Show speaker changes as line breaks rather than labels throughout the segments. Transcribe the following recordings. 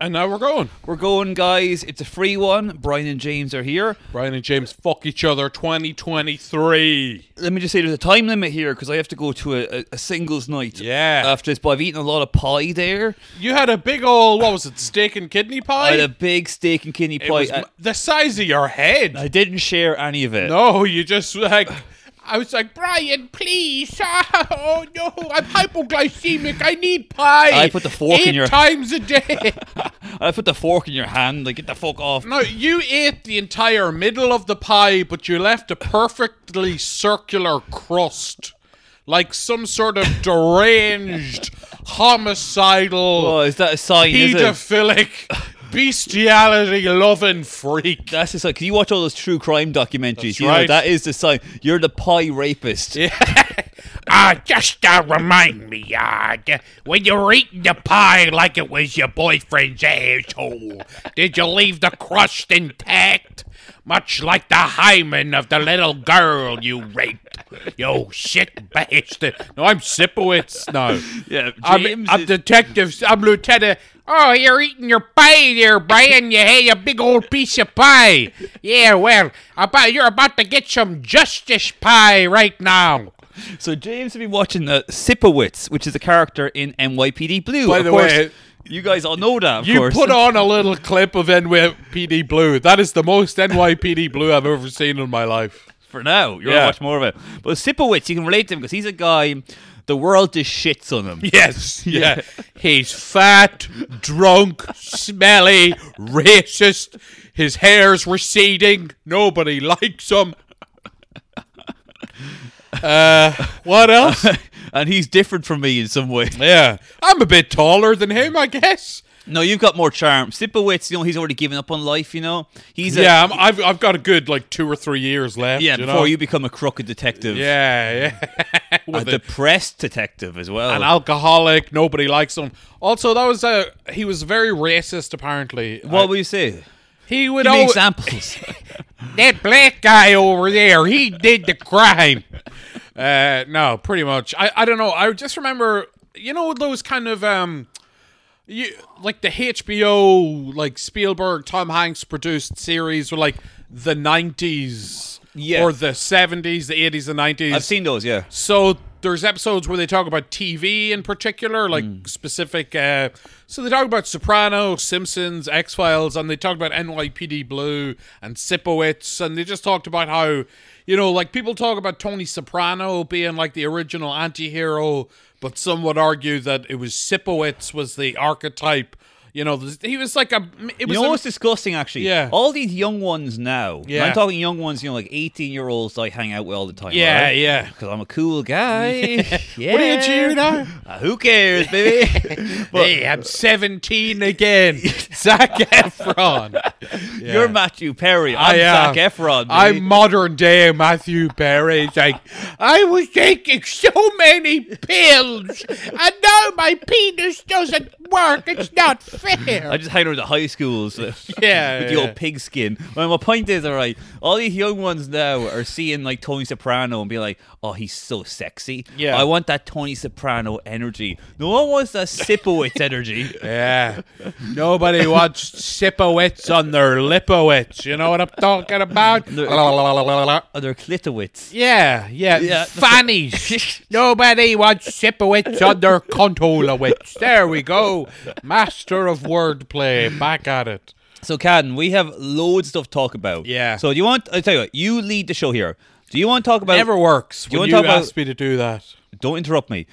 And now we're going.
We're going, guys. It's a free one. Brian and James are here.
Brian and James fuck each other 2023.
Let me just say there's a time limit here because I have to go to a, a, a singles night
Yeah.
after this, but I've eaten a lot of pie there.
You had a big old, what was it, steak and kidney
I
pie?
had a big steak and kidney
it
pie.
was
I,
m- the size of your head.
I didn't share any of it.
no, you just like. I was like, Brian, please. Oh, no. I'm hypoglycemic. I need pie.
I put the fork in
Eight
your-
times a day.
I put the fork in your hand. Like, get the fuck off.
No, you ate the entire middle of the pie, but you left a perfectly circular crust, like some sort of deranged,
Oh,
homicidal,
is that a sign? Is it?
pedophilic, bestiality-loving freak.
That's the sign. Because you watch all those true crime documentaries. you
right.
know, that is the sign. You're the pie rapist.
Uh, just uh, remind me, uh, d- when you were eating the pie like it was your boyfriend's asshole, did you leave the crust intact? Much like the hymen of the little girl you raped. You shit bastard.
No, I'm Sipowitz now.
Yeah,
I'm,
James
I'm
is-
detective. I'm Lieutenant.
Oh, you're eating your pie there, Brian. You had a big old piece of pie. Yeah, well, about you're about to get some justice pie right now.
So James has been watching uh, Sipowitz, which is a character in NYPD Blue.
By
Of
the
course,
way,
you guys all know that. Of
You
course.
put on a little clip of NYPD Blue. That is the most NYPD Blue I've ever seen in my life.
for now. You're
Yeah.
gonna watch more of it. But Sipowitz, you can relate to him because he's a guy. The world just shits on him.
Yes. Yeah.
He's fat,
drunk, smelly, racist. His hair's receding. Nobody likes him. Uh, what else?
and he's different from me in some way.
Yeah, I'm a bit taller than him, I guess.
No, you've got more charm. Sipowitz, you know, he's already given up on life. You know, he's a,
Yeah, I'm, I've I've got a good like two or three years left.
yeah.
you
before
know?
you become a crooked detective,
Yeah, yeah.
a
With a-
depressed detective as well.
an alcoholic, nobody likes him. Also, that was a he was very racist. Apparently, Uh,
what would you say? Give
he would
me
always,
examples.
that black guy over there, he did the crime. Uh, no, pretty much. I, I don't know. I just remember, you know, those kind of um, you like the HBO, like Spielberg, Tom Hanks produced series were like the nineties,
Yeah.
or the seventies, the eighties, and nineties.
I've seen those. Yeah.
So there's episodes where they talk about TV in particular, like
Mm.
specific. Uh, so they talk about Soprano, Simpsons, X Files, and they talk about NYPD Blue and Sipowitz, and they just talked about how, you know, like people talk about Tony Soprano being like the original anti-hero, but some would argue that it was Sipowitz was the archetype. You know, th- he was like a. It was
You know
a-
what's disgusting, actually?
Yeah.
All these young ones now. and
Yeah.
I'm talking young ones, you know, like 18 year olds I hang out with all the time.
Yeah, yeah.
Because I'm a cool guy. Yeah.
what are you cheering now?
Uh, who cares, baby? but
hey, I'm 17 again. Zach Efron.
you're Matthew Perry. I'm
am.
Zac Efron.
I'm
baby.
modern day Matthew Perry. It's like, I was taking so many pills, and now my penis doesn't work. It's not fair.
I just hang out with the high schools. uh,
yeah,
With the old pigskin. Well, my point is, all right, all these young ones now are seeing like Tony Soprano and be like, "Oh, he's so sexy."
Yeah.
I want that Tony Soprano energy. No one wants that Sipowitz energy.
yeah. Nobody wants sipowitz on their lipowitz. You know what I'm talking about?
Oh, they're Clitowitz.
Yeah, yeah.
Yeah.
Fannies. Nobody wants Sipowitz on their Contolowitz. There we go. Master of wordplay. Back at it.
So, Caden, we have loads of stuff to talk about.
Yeah.
So, do you want? I tell you what, you lead the show here. Do you want to talk about?
Never works
you
when
wanna
you
talk about-
ask me to do that.
Don't interrupt me.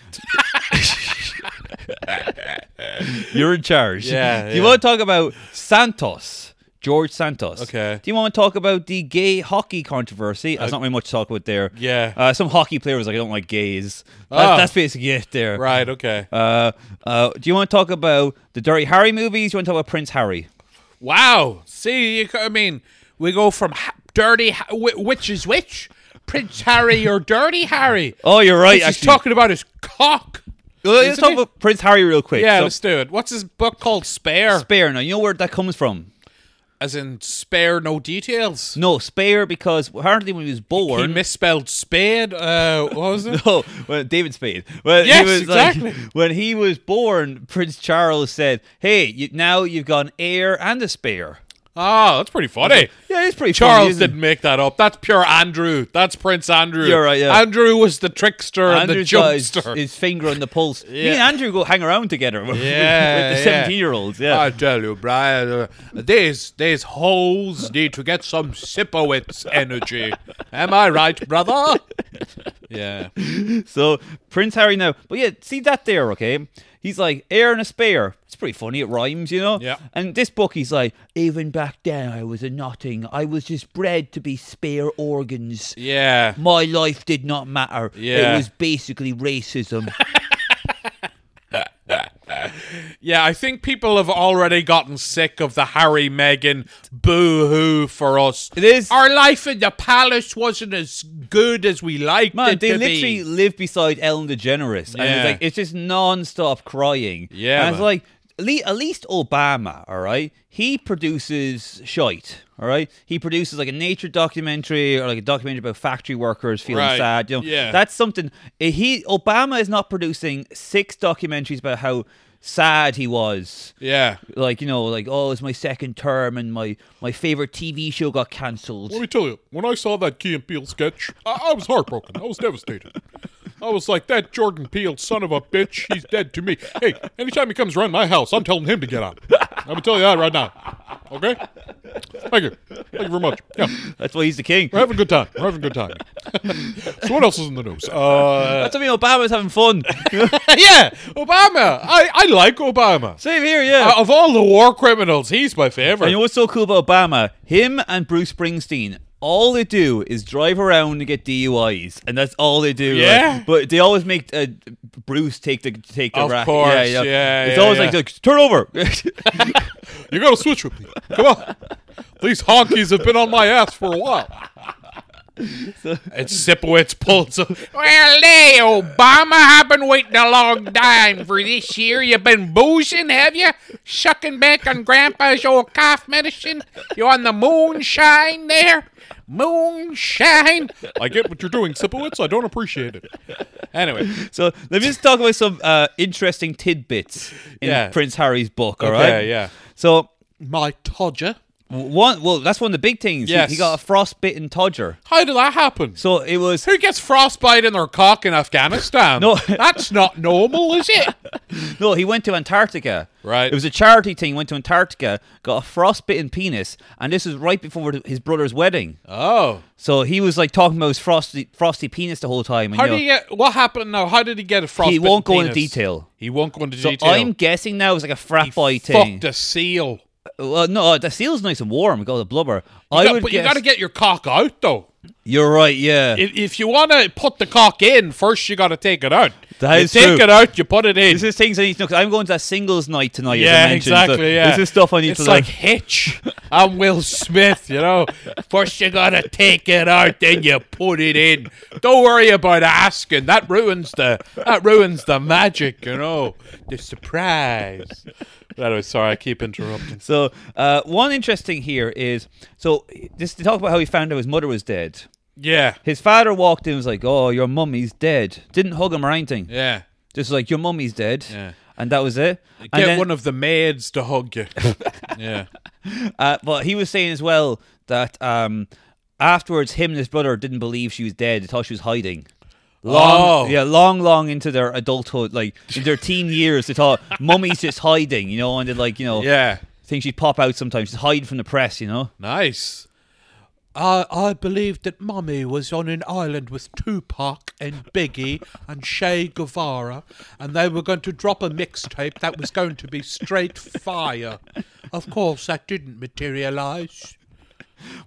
You're in charge.
Yeah,
Do you
yeah.
want to talk about Santos? George Santos.
Okay. Uh,
Do you want to talk about the gay hockey controversy? There's not really much to talk about there.
yeah.
Uh, some hockey players like I don't like gays. That,
Oh.
That's basically it there.
Right, okay.
Uh, uh, do you want to talk about the Dirty Harry movies? Do you want to talk about Prince Harry?
Wow. See, you, c- I mean, we go from ha- dirty, ha- wh- which is which? Prince Harry or Dirty Harry?
Oh, you're right.
He's
actually,
talking about his cock.
let's
isn't
talk
it?
about Prince Harry real quick.
Yeah,
So-
let's do it. What's his book called? Spare.
Spare. Now you know where that comes from.
as in spare no details.
No, spare because hardly when he was
He
born.
misspelled spade. Uh, what was it?
no, well, David Spade. When
Yes,
he was
exactly.
Like, when he was born, Prince Charles said, "Hey, you, now you've got an heir and a spare."
Ah, that's pretty funny.
Yeah, it's pretty. funny,
Charles
isn't it?
didn't make that up. That's pure Andrew. That's Prince Andrew.
You're right, yeah.
Andrew was the trickster
Andrew's got
and the
his,
jokester.
his finger on the pulse. Me and Andrew go hang around together
Yeah,
with, with
yeah.
the seventeen-year-olds. Yeah.
I tell you, Brian, uh, these these holes need to get some Sipowitz energy. Am I right, brother? Yeah.
So Prince Harry now, but yeah, see that there, okay? He's like air and a spare. It's pretty funny. It rhymes, you know.
Yeah.
And this book, he's like, even back then, I was a nothing. I was just bred to be spare organs.
Yeah.
My life did not matter.
Yeah.
It was basically racism.
Yeah, I think people have already gotten sick of the Harry Meghan boo hoo for us.
It is-
Our life in the palace wasn't as good as we liked
Man,
it
they
to
literally
be.
live beside Ellen DeGeneres, and
Yeah.
it's like it's just non-stop crying.
Yeah,
and
man.
it's like at lea- at least Obama, all right, he produces shite, all right. He produces like a nature documentary or like a documentary about factory workers feeling
Right,
sad. You know,
yeah.
that's something. eh, He Obama is not producing six documentaries about how sad he was
Yeah.
like you know like oh it's my second term and my my favorite tv show got cancelled
Let me tell you, when I saw that Key and Peele sketch, I, I was heartbroken. I was devastated. I was like, that Jordan Peele son of a bitch, he's dead to me. Hey, anytime he comes around my house, I'm telling him to get out. I'm going to tell you that right now. Okay? Thank you. Thank you very much. Yeah,
that's why he's the king
we're having a good time. We're having a good time. so what else is in the news? Uh,
that's what I mean Obama's having fun
yeah, Obama. I, I like Obama.
Same here, yeah.
Uh, of all the war criminals, he's my favorite.
and you know what's so cool about Obama? Him and Bruce Springsteen, all they do is drive around and get DUIs, and that's all they do. right?
Yeah.
But they always make uh, Bruce take the take the
Of
rap.
course, yeah,
It's
yeah,
always
yeah.
like like turn over.
You gotta switch with me. Come on. These honkies have been on my ass for a while. And Sipowicz pulls up.
Well, hey, Obama, I've been waiting a long time for this year. You've been boozing, have you? Sucking back on Grandpa's old cough medicine? You on the moonshine there? Moonshine?
I get what you're doing, Sipowicz. I don't appreciate it. Anyway,
so let me just talk about some uh, interesting tidbits in
Yeah.
Prince Harry's book. All right.
Okay, yeah.
So
my Todger.
w- one, well, that's one of the big things. He-
Yes.
He, got a frostbitten todger.
How did that happen?
So it was
Who gets frostbite in their cock in Afghanistan?
No.
that's not normal, is it?
No, he went to Antarctica.
Right.
It was a charity thing. Went to Antarctica, got a frostbitten penis, and this was right before his brother's wedding.
Oh,
So he was like talking about his frosty, frosty penis the whole time. And,
how
you know,
did he get? What happened now? How did he get a frostbite?
won't go into detail.
He won't go into
so
detail.
I'm guessing now it was like a frat boy thing.
fucked a seal.
Well, no, the seal's nice and warm. Got the blubber. I
Yeah,
would
but you
guess.
got to get your cock out though.
You're right. Yeah.
if, if you want to put the cock in, first you got to take it out.
That
you
is
take
true.
it out, you put it in.
this is things I need to know 'cause I'm going to that singles night tonight. as
yeah,
I mentioned, so
exactly. yeah,
This is stuff I need
it's
to
like
learn.
Hitch. I'm Will Smith. You know, first you got to take it out, then you put it in. Don't worry about asking. That ruins the that ruins the magic. You know, the surprise. But anyway, sorry, I keep interrupting.
So uh, one interesting here is so this to talk about how he found out his mother was dead.
Yeah,
His father walked in and was like, Oh, your mummy's dead. Didn't hug him or anything.
yeah.
Just like, Your mummy's dead.
Yeah.
And that was it.
Get
and then,
one of the maids to hug you. yeah.
uh, but he was saying as well that um, afterwards, him and his brother didn't believe she was dead. They thought she was hiding. Long,
Oh.
yeah, long, long into their adulthood, like in their teen years, they thought mummy's just hiding, you know, and they like, you know,
Yeah.
think she'd pop out sometimes, just hide from the press, you know.
Nice. I I believed that Mummy was on an island with Tupac and Biggie and Che Guevara, and they were going to drop a mixtape that was going to be straight fire. Of course, that didn't materialise.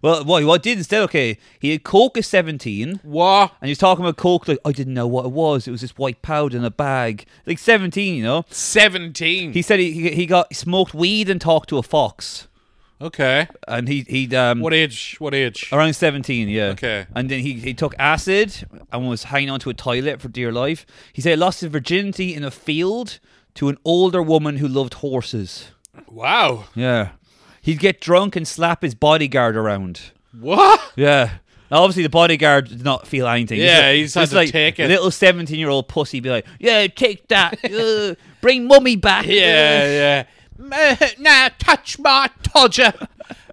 Well, what what did instead? Okay, he had coke at seventeen.
What?
And he was talking about coke. Like I didn't know what it was. It was this white powder in a bag. Like seventeen, you know.
17.
He said he he, he got he smoked weed and talked to a fox.
okay.
And he he um
What age? What age?
around seventeen, yeah.
Okay.
And then he he took acid and was hanging onto a toilet for dear life. He said he lost his virginity in a field to an older woman who loved horses.
Wow.
Yeah. He'd get drunk and slap his bodyguard around.
What?
Yeah. Now, obviously, the bodyguard did not feel anything.
Yeah,
like-
he's had
just
to
like
take it.
Little seventeen-year-old pussy be like, "Yeah, take that. uh, bring mummy back. uh,
Yeah, yeah. nah, touch my todger.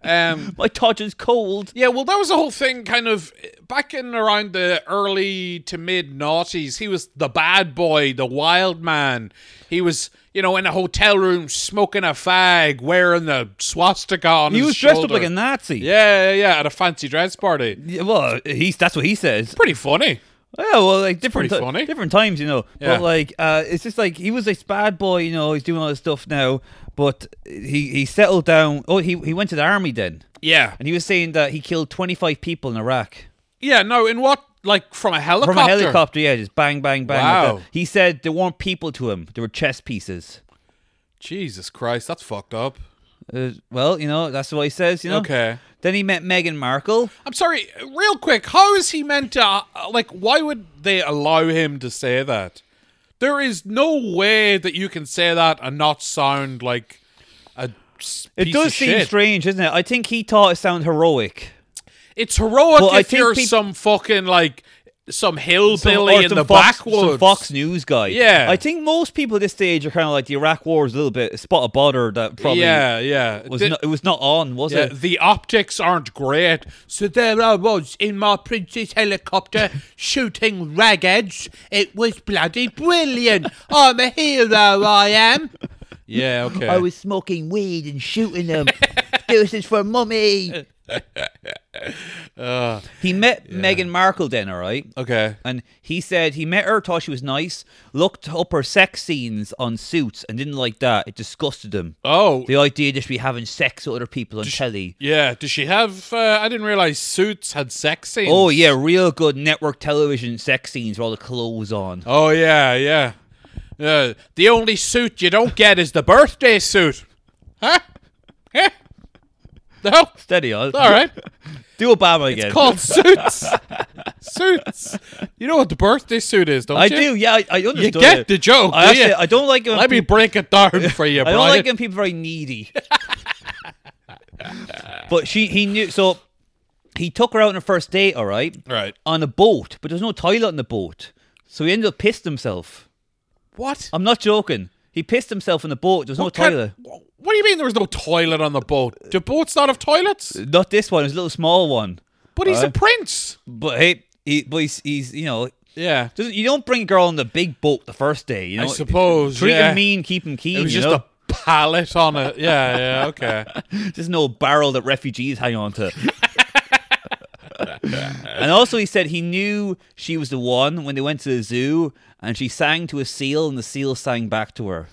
Um,
my todger's cold."
yeah, well, that was the whole thing. Kind of back in around the early to mid noughties, he was the bad boy, the wild man. He was, you know, in a hotel room smoking a fag, wearing the swastika on
He
his
was dressed up
shoulder.
like a Nazi.
Yeah, yeah, yeah, at a fancy dress party.
Yeah, well, he's that's what he says.
Pretty funny.
Yeah, well, like different,
pretty
ti-
funny.
different times, you know.
Yeah.
But like, uh, it's just like he was this bad boy, you know. He's doing all this stuff now, but he he settled down. Oh, he he went to the army then,
Yeah.
and he was saying that he killed twenty five people in Iraq
Yeah, no, in what? Like from a helicopter?
from a helicopter. Yeah, just bang, bang, bang. like
Wow.
that. He said there weren't people to him; there were chess pieces.
Jesus Christ, that's fucked up.
Uh, well, you know that's what he says. You know.
Okay.
Then he met Meghan Markle.
I'm sorry, real quick, how is he meant to, uh, like, why would they allow him to say that? There is no way that you can say that and not sound like a s-
It
piece
does
of
seem
shit.
strange, isn't it? I think he thought it sounded heroic.
It's heroic
Well, I
if
think
you're
peop-
some fucking, like, some
Some-
hillbilly
or
in
some
the
Fox,
backwoods.
Some Fox News guy.
Yeah.
I think most people at this stage are kind of like the Iraq War was a little bit a spot of bother that probably
yeah, yeah.
was
Th-
not, it was not on, was
Yeah,
it?
Uh, the optics aren't great. So there I was in my princess helicopter shooting rag eggs. It was bloody brilliant. I'm a hero, I am. Yeah, okay.
I was smoking weed and shooting them. this is for mummy.
Uh,
He met Meghan Markle then, all right?
okay.
And he said he met her, thought she was nice, looked up her sex scenes on suits and didn't like that. It disgusted him.
Oh,
The idea that she be having sex with other people on telly.
yeah. Does she have? Uh, I didn't realize suits had sex scenes.
Oh yeah, real good network television sex scenes with all the clothes on.
Oh yeah, yeah. Uh, the only suit you don't get is the birthday suit. Huh? Huh? No.
Steady on.
All right.
Do Obama again.
Called suits. suits. You know what the birthday suit is, don't
I
you?
do, yeah, I, I understand.
You get the joke,
I,
do
actually,
you?
I don't like it. when
Let me
peop-
break it down for you,
I
Brian.
don't like when people are very needy. but she, he knew. So he took her out on a first date. All right,
Right.
on a boat, but there's no toilet on the boat, so he ended up pissed himself.
What?
I'm not joking. He pissed himself in the boat. There's no
What kind-
toilet.
What do you mean there was no toilet on the boat? Do boats not have toilets?
Not this one. It's a little small one.
But he's a
Alright.
prince.
But hey, he, but he's, he's you know.
Yeah.
Doesn't, you don't bring a girl on the big boat the first day, you
I
know.
suppose,
Treat
yeah.
him mean, keep him keen.
It was
you
just
know?
a pallet on it. Yeah, yeah, okay.
Just an old barrel that refugees hang on to. and also, he said he knew she was the one when they went to the zoo and she sang to a seal and the seal sang back to her.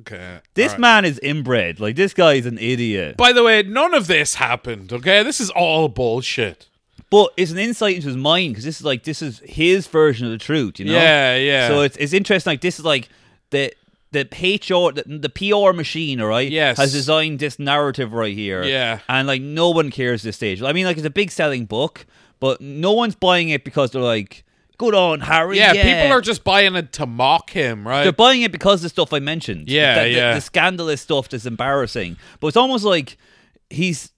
Okay.
This
alright.
man is inbred. Like, this guy is an idiot.
By the way, none of this happened, okay? This is all bullshit.
But it's an insight into his mind because this is like, this is his version of the truth, you know?
Yeah, yeah.
So it's, it's interesting. Like, this is like the. The HR, the, the PR machine, all right,
Yes.
has designed this narrative right here.
Yeah.
and like no one cares this stage. I mean, like it's a big selling book, but no one's buying it because they're like, "Good on Harry."
yeah, people are just buying it to mock him, right?
They're buying it because of the stuff I mentioned.
Yeah,
the, the-
yeah.
The scandalous stuff that's embarrassing, but it's almost like he's.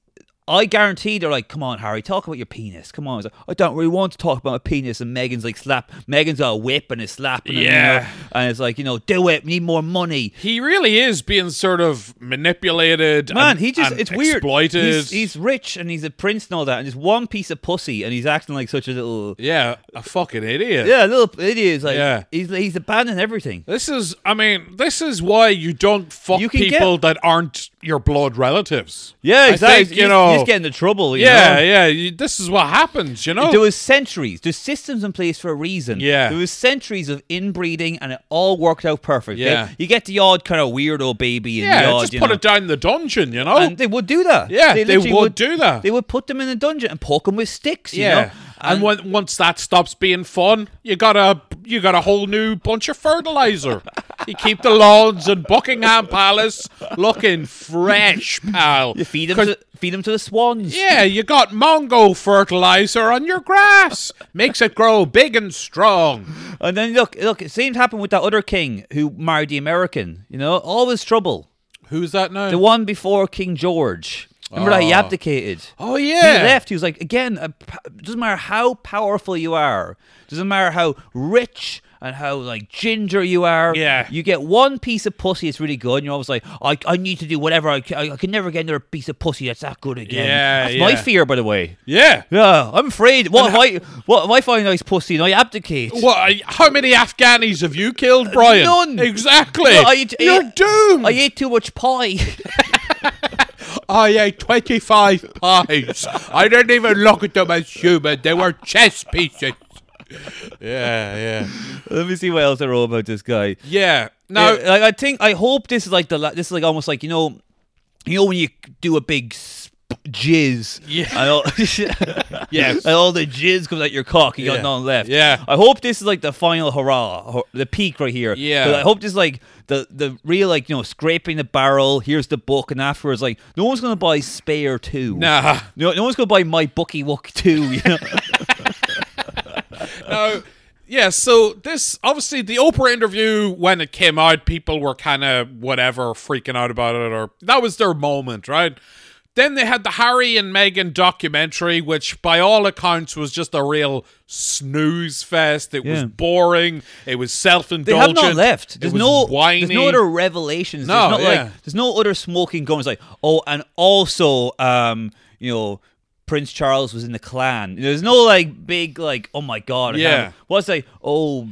I guarantee they're like, come on, Harry, talk about your penis. Come on. He's like, I don't really want to talk about my penis. And Megan's like, slap. Megan's got a whip and is slapping him. you know?
Yeah.
And it's like, you know, do it. We need more money.
he really is being sort of manipulated.
Man,
and-
he just
and
it's weird.
Exploited.
He's, he's rich and he's a prince and all that, and it's one piece of pussy, and he's acting like such a little
yeah, a fucking idiot.
yeah, a little idiot. He's Like
Yeah.
he's he's abandoned everything.
This is, I mean, this is why you don't fuck
You can
people that aren't your blood relatives.
Yeah,
I
exactly.
think,
you
you
just,
know.
you just get into trouble. You
yeah,
know?
yeah. You, this is what happens, you know.
There was centuries. There's systems in place for a reason.
Oh. Yeah.
There was centuries of inbreeding, and it all worked out perfect. okay?
Yeah.
You get the odd kind of weirdo baby, and the
yeah,
odd,
just
you
put
know,
it down the dungeon, you know.
and they would do that.
Yeah, they
literally
would do that.
They would put them in a dungeon and poke them with sticks. you
yeah,
know?
and, when, once that stops being fun, you got a you got a whole new bunch of fertilizer. you keep the lawns and Buckingham Palace looking fresh, pal.
you feed them
'Cause-
to feed them to the swans.
Yeah, you got Mongo fertilizer on your grass. Makes it grow big and strong.
And then look, look, it seemed to happen with that other king who married the American. You know, always trouble.
Who's that now?
The one before King George. Remember that he
Oh.
abdicated.
oh
He
yeah.
left. He was like, again, a p- doesn't matter how powerful you are, doesn't matter how rich and how like ginger you are.
Yeah.
you get one piece of pussy that's really good, and you're always like, I, I need to do whatever I can. I, I can never get another piece of pussy that's that good again.
Yeah,
that's my
yeah.
fear, by the way.
Yeah.
Yeah, I'm afraid. What if I what if I find a nice pussy and I abdicate?
What? I- How many Afghanis have you killed, Brian?
none.
Exactly.
No, I- I-
You're doomed.
I ate too much pie.
I ate 25 pies. I didn't even look at them as human. They were chess pieces. Yeah, yeah.
Let me see what else I wrote about this guy.
Yeah. Now,
Yeah, uh, like I think I hope this is like the la- this is like almost like you know, you know when you do a big sp- jizz,
Yeah.
and all,
Yes.
and all the jizz comes out your cock, you
Yeah.
got none left.
Yeah.
I hope this is like the final hurrah, hur- the peak right here.
Yeah.
'Cause I hope this is like the the real like you know scraping the barrel. Here's the book, and afterwards like no one's gonna buy Spare two.
nah.
No, no one's gonna buy my bookie wook two. You know?
Now, yeah, so this obviously the Oprah interview when it came out, people were kind of whatever freaking out about it, or that was their moment, right? Then they had the Harry and Meghan documentary, which by all accounts was just a real snooze fest. It was
Yeah.
boring. It was self
They have
indulgent.
not left.
It
There's
was
no
whiny.
there's no other revelations.
No,
there's not
yeah.
like there's no other smoking guns like, oh, and also um, you know, Prince Charles was in the clan. There's no like big like, oh my god, I
Yeah.
can't- What's like, oh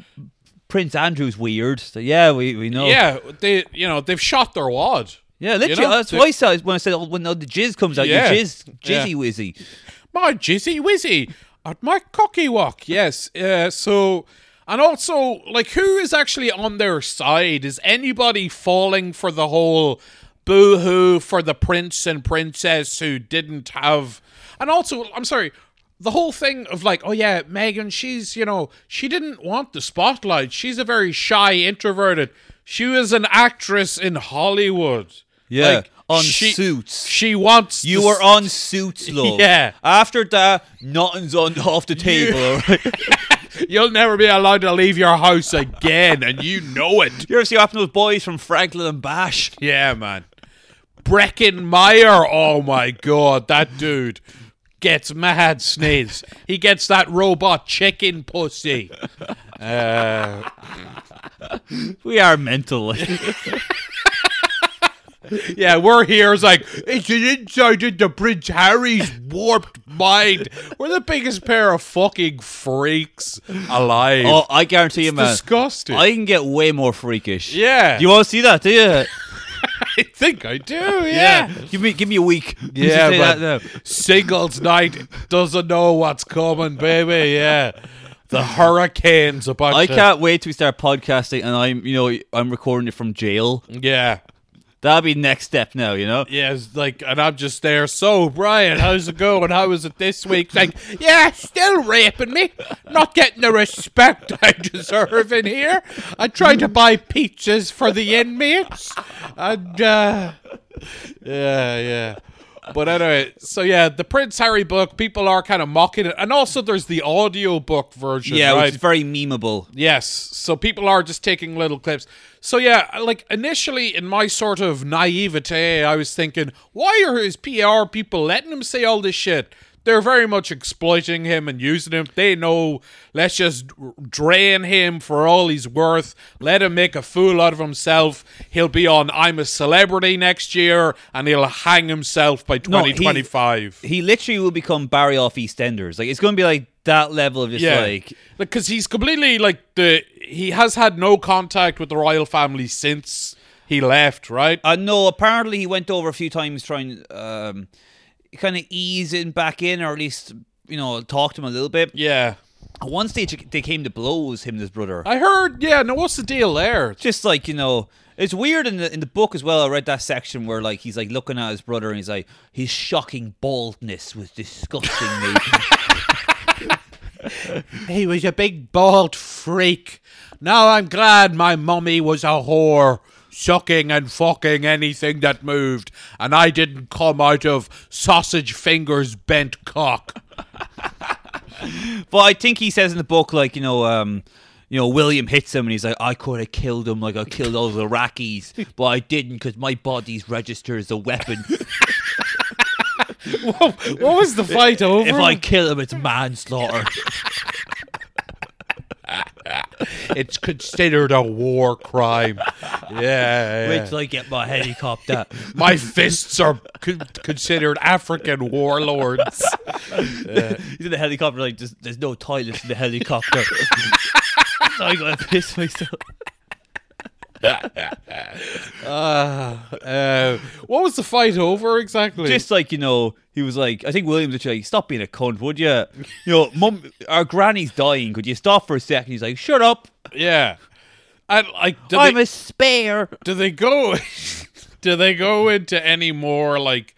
Prince Andrew's weird. So, yeah, we, we know.
Yeah, they you know they've shot their wad.
Yeah, literally.
know,
that's
the-
why I said when I said oh, when the jizz comes out,
Yeah.
you jizz
Yeah.
jizzy wizzy.
my jizzy wizzy at my cocky walk. Yes. Uh, so, and also, like, who is actually on their side? Is anybody falling for the whole boo hoo for the prince and princess who didn't have. And also, I'm sorry. The whole thing of like, oh yeah, Megan, she's, you know, she didn't want the spotlight. She's a very shy, introverted. She was an actress in Hollywood.
Yeah,
Like,
on
she-
Suits.
She wants
You
the-
were on suits, love.
Yeah.
After that, nothing's on off the table. all right?
You'll never be allowed to leave your house again, and you know it.
You ever see what happened to those boys from Franklin and Bash?
Yeah, man. Brecken Meyer, oh my god, that dude gets mad sneeze. He gets that robot chicken pussy. Uh,
We are mental.
yeah, we're here. It's like it's an insight into Prince Harry's warped mind. We're the biggest pair of fucking freaks alive.
oh, I guarantee you,
It's
man.
disgusting.
I can get way more freakish.
Yeah.
You want to see that, do you?
I think I do. yeah.
Give me, give me a week. Just
Yeah,
say
but
that now.
singles night doesn't know what's coming, baby. Yeah, the hurricane's about.
I
to-
can't wait till we start podcasting, and I'm, you know, I'm recording it from jail.
Yeah,
That'll be next step now, you know.
yeah. It's like, and I'm just there. So, Brian, how's it going? How was it this week? Like, yeah, still raping me. Not getting the respect I deserve in here. I tried to buy pizzas for the inmates, and uh, yeah, yeah. But anyway, so yeah, the Prince Harry book, people are kind of mocking it. And also there's the audio book version,
Yeah,
right?
which is very memeable.
Yes. So people are just taking little clips. So yeah, like initially in my sort of naivete, I was thinking, why are his PR people letting him say all this shit? They're very much exploiting him and using him. They know, let's just drain him for all he's worth. Let him make a fool out of himself. He'll be on I'm a Celebrity next year and he'll hang himself by
No, he-
2025.
He literally will become Barry off EastEnders. Like it's going to be like that level of just like
because he's completely like the he has had no contact with the royal family since he left, right?
Uh, no, apparently he went over a few times trying um, kind of easing back in, or at least you know talk to him a little bit.
yeah,
At one stage, they came to blows. Him and his brother.
I heard. Yeah, no, what's the deal there?
Just like you know, it's weird in the in the book as well. I read that section where like he's like looking at his brother and he's like, his shocking baldness was disgusting me.
He was a big bald freak. Now I'm glad my mummy was a whore, sucking and fucking anything that moved, and I didn't come out of sausage fingers bent cock.
but I think he says in the book like you know. um you know, William hits him and he's like, I could have killed him like I killed all the Iraqis, but I didn't because my body's registered as a weapon.
what, what was the fight over?
if I kill him, it's manslaughter.
it's considered a war crime. Yeah. yeah.
Wait till I get my helicopter.
My fists are con- considered African warlords.
He's in the helicopter, like, there's, there's no toilets in the helicopter. so I gotta piss myself.
Uh, what was the fight over exactly?
Just like, you know, he was like, I think Williams was like, stop being a cunt, would you? You know, mum, our granny's dying. Could you stop for a second? He's like, shut up.
yeah. And like, do
I'm
they,
a spare.
do they go? do they go into any more like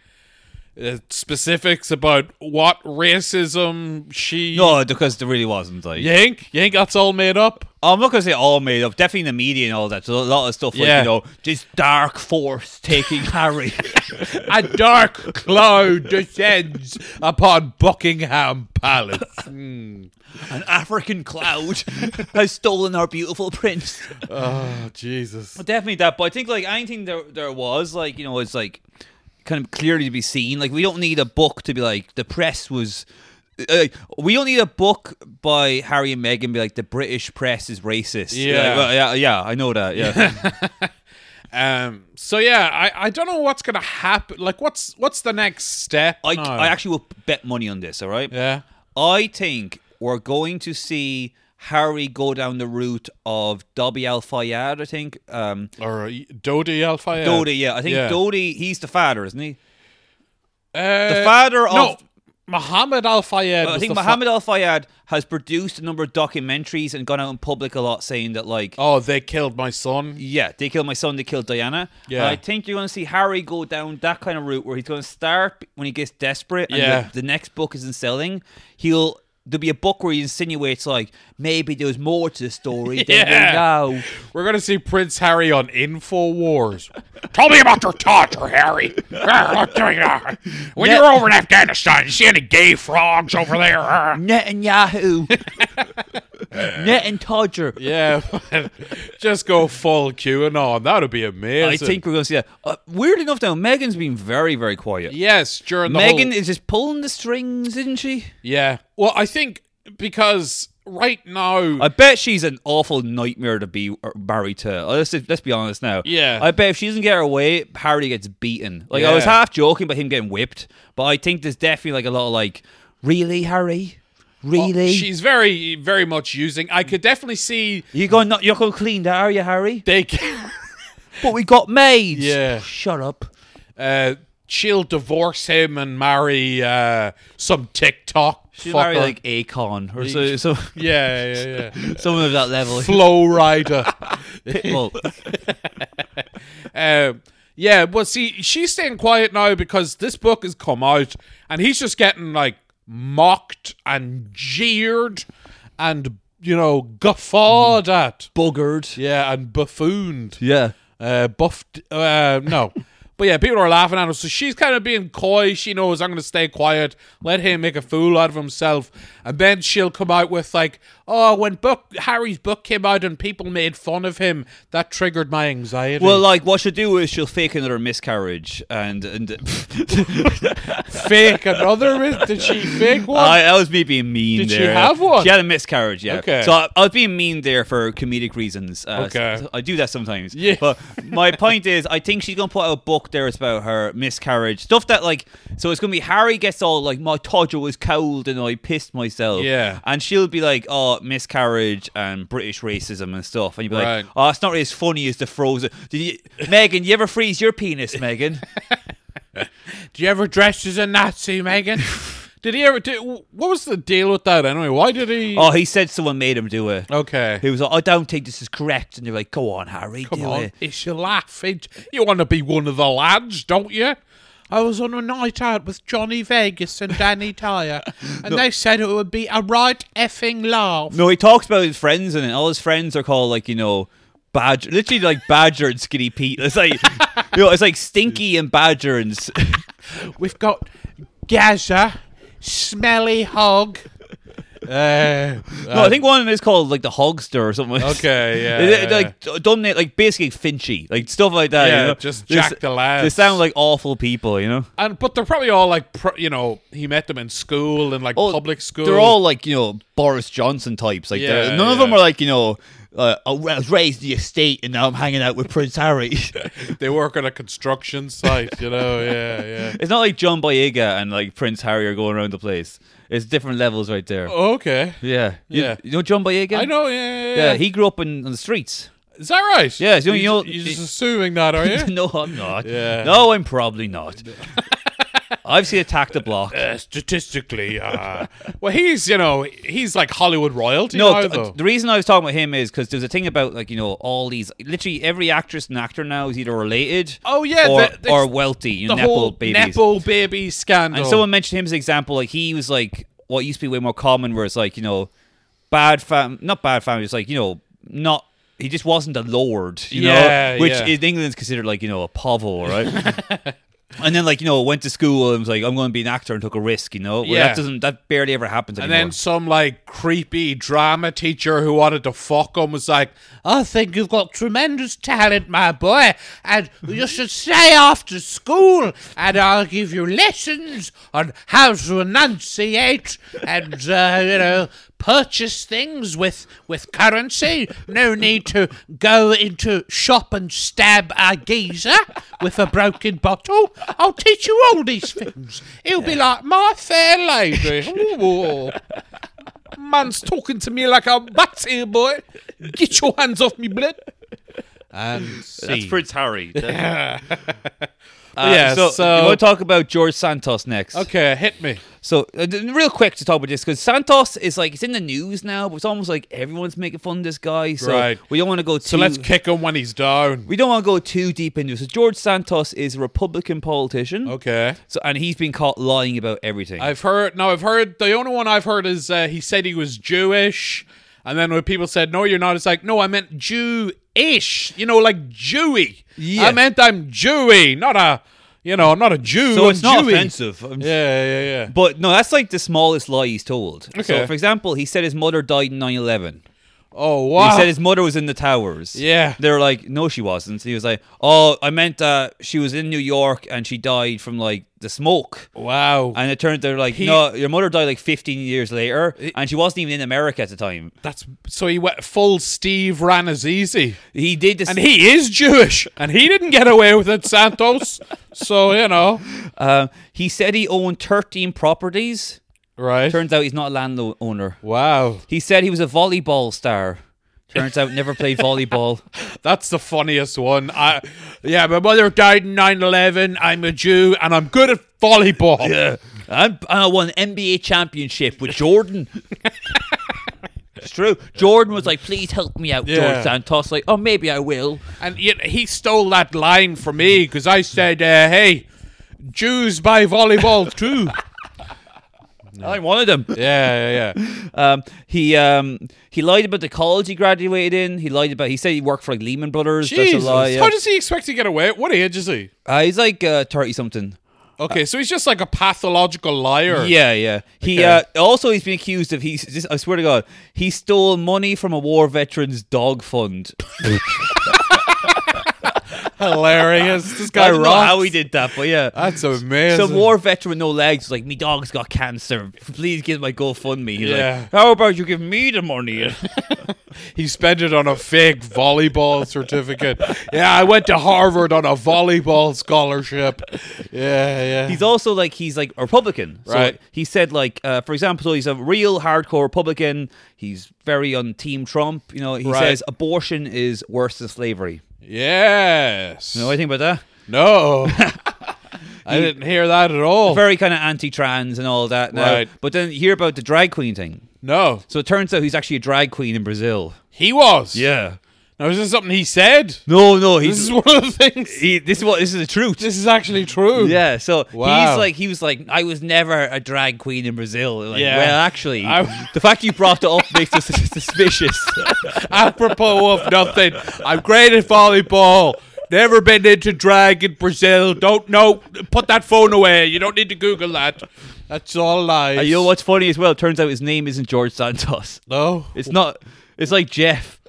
uh, specifics about what racism she?
No, because there really wasn't. Like,
You think? You think that's all made up?
I'm not gonna say all made up. Definitely in the media and all that. So a lot of stuff like
Yeah.
you know, this dark force taking Harry.
A dark cloud descends upon Buckingham Palace.
An African cloud has stolen our beautiful prince.
Oh Jesus!
But definitely that. But I think like anything there there was like you know it's like kind of clearly to be seen. Like we don't need a book to be like the press was. Uh, we don't need a book by Harry and Meghan be like the British press is racist.
Yeah.
Like, well, yeah, yeah. I know that. Yeah,
Um. So yeah, I, I don't know what's gonna happen. Like, what's what's the next step?
I,
now?
I actually will bet money on this. All right.
yeah.
I think we're going to see Harry go down the route of Dobby Al Fayed, I think. Um,
Or uh, Dodi Alfayed.
Dodie, yeah. I think
Yeah.
Dodie, he's the father, isn't he?
Uh,
The father of.
no, Muhammad Al Fayed.
I
was
think
the fa-
Mohammed Al Fayed has produced a number of documentaries and gone out in public a lot saying that, like,
oh, they killed my son.
yeah, they killed my son, they killed Diana.
Yeah.
And I think you're going to see Harry go down that kind of route where he's going to start when he gets desperate and
Yeah.
the, the next book isn't selling. He'll. There'll be a book where he insinuates, like, maybe there's more to the story than
Yeah.
we know.
We're gonna see Prince Harry on Infowars.
Tell me about your torture, Harry. when you were over in Afghanistan, you see any gay frogs over there?
Netanyahu. Netan Todger.
yeah, just go full QAnon. That would be amazing.
I think we're going to see that. Uh, weird enough, though, Megan's been very, very quiet.
yes during the
Megan
whole-
is just pulling the strings, isn't she?
Oh. yeah. Well, I think because right now.
I bet she's an awful nightmare to be uh, married to. Uh, Let's, let's be honest now.
Yeah.
I bet if she doesn't get her way, Harry gets beaten. Like, I was
Yeah.
half joking about him getting whipped, but I think there's definitely, like, a lot of, like, really, Harry?
Oh,
Really?
She's very, very much using. I could definitely see
you're going not you're going to clean that, are you, Harry?
they.
But we got maids.
Yeah.
Shut up.
uh, she'll divorce him and marry uh, some TikTok
She's
fucker.
married like Akon or so, so,
yeah, yeah, yeah.
someone of that level.
Flow rider.
Well,
um, yeah, well, see, she's staying quiet now because this book has come out, and he's just getting like mocked and jeered, and you know guffawed at.
buggered.
Yeah, and buffooned.
Yeah.
uh, buffed. Uh, no. But yeah, people are laughing at her. So she's kind of being coy. She knows I'm going to stay quiet, let him make a fool out of himself. And then she'll come out with, like, oh, when book Harry's book came out and people made fun of him, that triggered my anxiety.
Well, like what she'll do is she'll fake another miscarriage, and and
fake another. mis- Did she fake one?
I, that was me being mean.
Did she
there.
have one?
She had a miscarriage. Yeah.
Okay.
So I, I was being mean there for comedic reasons. Uh,
Okay.
so- I do that sometimes.
Yeah.
But my point is, I think she's gonna put out a book there. It's about her miscarriage stuff that like. So it's gonna be Harry gets all like my todger was cold and I pissed myself.
Yeah.
And she'll be like, oh, miscarriage and British racism and stuff. And you'll be
Right.
like, oh, it's not really as funny as the frozen. Did you, Megan? You ever freeze your penis, Megan?
Did you ever dress as a Nazi, Megan? did he ever? Do, what was the deal with that anyway? Why did he?
oh, he said someone made him do it.
okay.
He was like, I don't think this is correct. And you're like, go on, Harry,
Come
do
on,
it.
it's your laugh. It, you want to be one of the lads, don't you? I was on a night out with Johnny Vegas and Danny Dyer, and they said it would be a right effing laugh.
No, he talks about his friends and all his friends are called like, you know, Badger, literally like Badger and Skinny Pete. It's like, you know, it's like Stinky and Badger and s-
We've got Gaza, Smelly Hog, Uh,
No, I think one of them is called like the Hogster or something.
Okay, yeah,
They- they-
yeah,
like done it like basically Finchy, like stuff like that.
Yeah,
you know?
just
They
Jack
s-
the Lads.
They sound like awful people, you know.
and but they're probably all like pro- you know he met them in school and like public school.
They're all like you know Boris Johnson types. Like they're-
Yeah,
none of
yeah.
them are like you know. Uh, I was raised in the estate and now I'm hanging out with Prince Harry.
they work on a construction site, you know. Yeah, yeah.
it's not like John Boyega and like Prince Harry are going around the place. It's different levels right there.
Okay,
Oh, Yeah, You-
Yeah.
You know John Boyega?
I know. Yeah, yeah.
Yeah,
yeah.
he grew up in, on the streets.
is that right?
Yeah, so you
You
know-
ju- you're just assuming that, are you?
no, I'm not.
Yeah.
No, I'm probably not. I've seen Attack the Block.
Uh, statistically, uh, well, he's you know he's like Hollywood royalty
No,
now,
th- uh,
though.
the reason I was talking about him is because there's a thing about like you know all these literally every actress and actor now is either related.
Oh, yeah,
or,
the- the-
or wealthy. You know,
the
nepo
whole
babies.
nepo baby scandal.
and someone mentioned him as an example. Like he was like what used to be way more common, where it's like you know bad fam, not bad family. It's like you know not. He just wasn't a lord, you
Yeah,
know, which
yeah.
in England is considered like you know a povel, right? and then like you know went to school and was like I'm going to be an actor and took a risk, you know. Well,
Yeah.
that doesn't that barely ever happens
And
anymore.
then some like creepy drama teacher who wanted to fuck him was like, "I think you've got tremendous talent, my boy, and you should stay after school, and I'll give you lessons on how to enunciate and uh, you know purchase things with with currency. No need to go into shop and stab a geezer with a broken bottle. I'll teach you all these things. He'll be like my fair lady. Ooh. Man's talking to me like I'm bat here, boy. Get your hands off me, blood. And
that's
see.
Prince Harry.
yeah,
Uh, so,
so-
you want to talk about George Santos next?
okay, hit me.
So uh, d- real quick to talk about this because Santos is like it's in the news now, but it's almost like everyone's making fun of this guy. So
Right.
we don't want to go too.
So let's kick him when he's down.
we don't want to go too deep into it. So George Santos is a Republican politician.
Okay.
So and he's been caught lying about everything.
I've heard. No, I've heard. The only one I've heard is uh, he said he was Jewish, and then when people said, "No, you're not," it's like, "No, I meant Jew-ish." You know, like Jewy.
Yeah.
I meant I'm Jewy, not a. You know, I'm not a Jew.
so
I'm
it's not
Jewy.
offensive. I'm-
Yeah, yeah, yeah.
But no, that's like the smallest lie he's told.
Okay.
So for example, he said his mother died in 9/11.
Oh wow.
He said his mother was in the towers.
Yeah.
They were like, no, she wasn't. He was like, oh, I meant uh, she was in New York and she died from like the smoke.
wow.
And it turned out they're like, no, your mother died like 15 years later and she wasn't even in America at the time.
That's so he went full Steve Ranazizi.
He did this.
And he is Jewish, and he didn't get away with it, Santos. so you know,
uh, he said he owned 13 properties.
right?
Turns out he's not a landowner.
wow,
He said he was a volleyball star. Turns out never played volleyball.
that's the funniest one. I, yeah, my mother died in 9-11. I'm a Jew, and I'm good at volleyball. Yeah,
I'm, I won an NBA championship with Jordan. it's true. Jordan was like, please help me out,
Yeah.
George Santos. Like, oh, maybe I will.
and yet he stole that line from me because I said, uh, "Hey, Jews buy volleyball too."
I'm one of them.
yeah, yeah, yeah.
Um, he um, he lied about the college he graduated in. He lied about. He said he worked for like Lehman Brothers. That's
Jesus,
a lie. yeah.
how does he expect to get away? What age is he?
Uh, he's like thirty something.
Okay, so he's just like a pathological liar.
Yeah, yeah. He
Okay.
uh, also he's been accused of he's. Just, I swear to God, he stole money from a war veteran's dog fund.
hilarious. This guy
I don't know
rocks.
how he did that, but yeah.
That's amazing.
Some war veteran with no legs was like, "Me dog's got cancer. Please give my GoFundMe." He's
Yeah.
like, "How about you give me the money?"
He spent it on a fake volleyball certificate. Yeah, I went to Harvard on a volleyball scholarship. Yeah, yeah.
he's also like he's like a Republican, so
Right.
He said like, uh, for example, so he's a real hardcore Republican. He's very on Team Trump. You know, he
Right.
says abortion is worse than slavery.
yes.
You know anything about that?
No. I didn't hear that at all.
Very kind of anti-trans and all that. Now.
Oh. Right.
But then you hear about the drag queen thing.
No.
So it turns out he's actually a drag queen in Brazil.
He was.
Yeah.
Now, is this something he said?
No, no,
This
he's
is one of the things.
he, this is what this is the truth.
This is actually true.
Yeah, so
Wow.
he's like he was like I was never a drag queen in Brazil. Like,
Yeah.
Well, actually,
I-
the fact you brought it up makes us suspicious.
Apropos of nothing, I'm great at volleyball. Never been into drag in Brazil. Don't know. Put that phone away. You don't need to Google that. That's all lies.
And you know what's funny as well? It turns out his name isn't George Santos.
No.
It's not. It's like Jeff.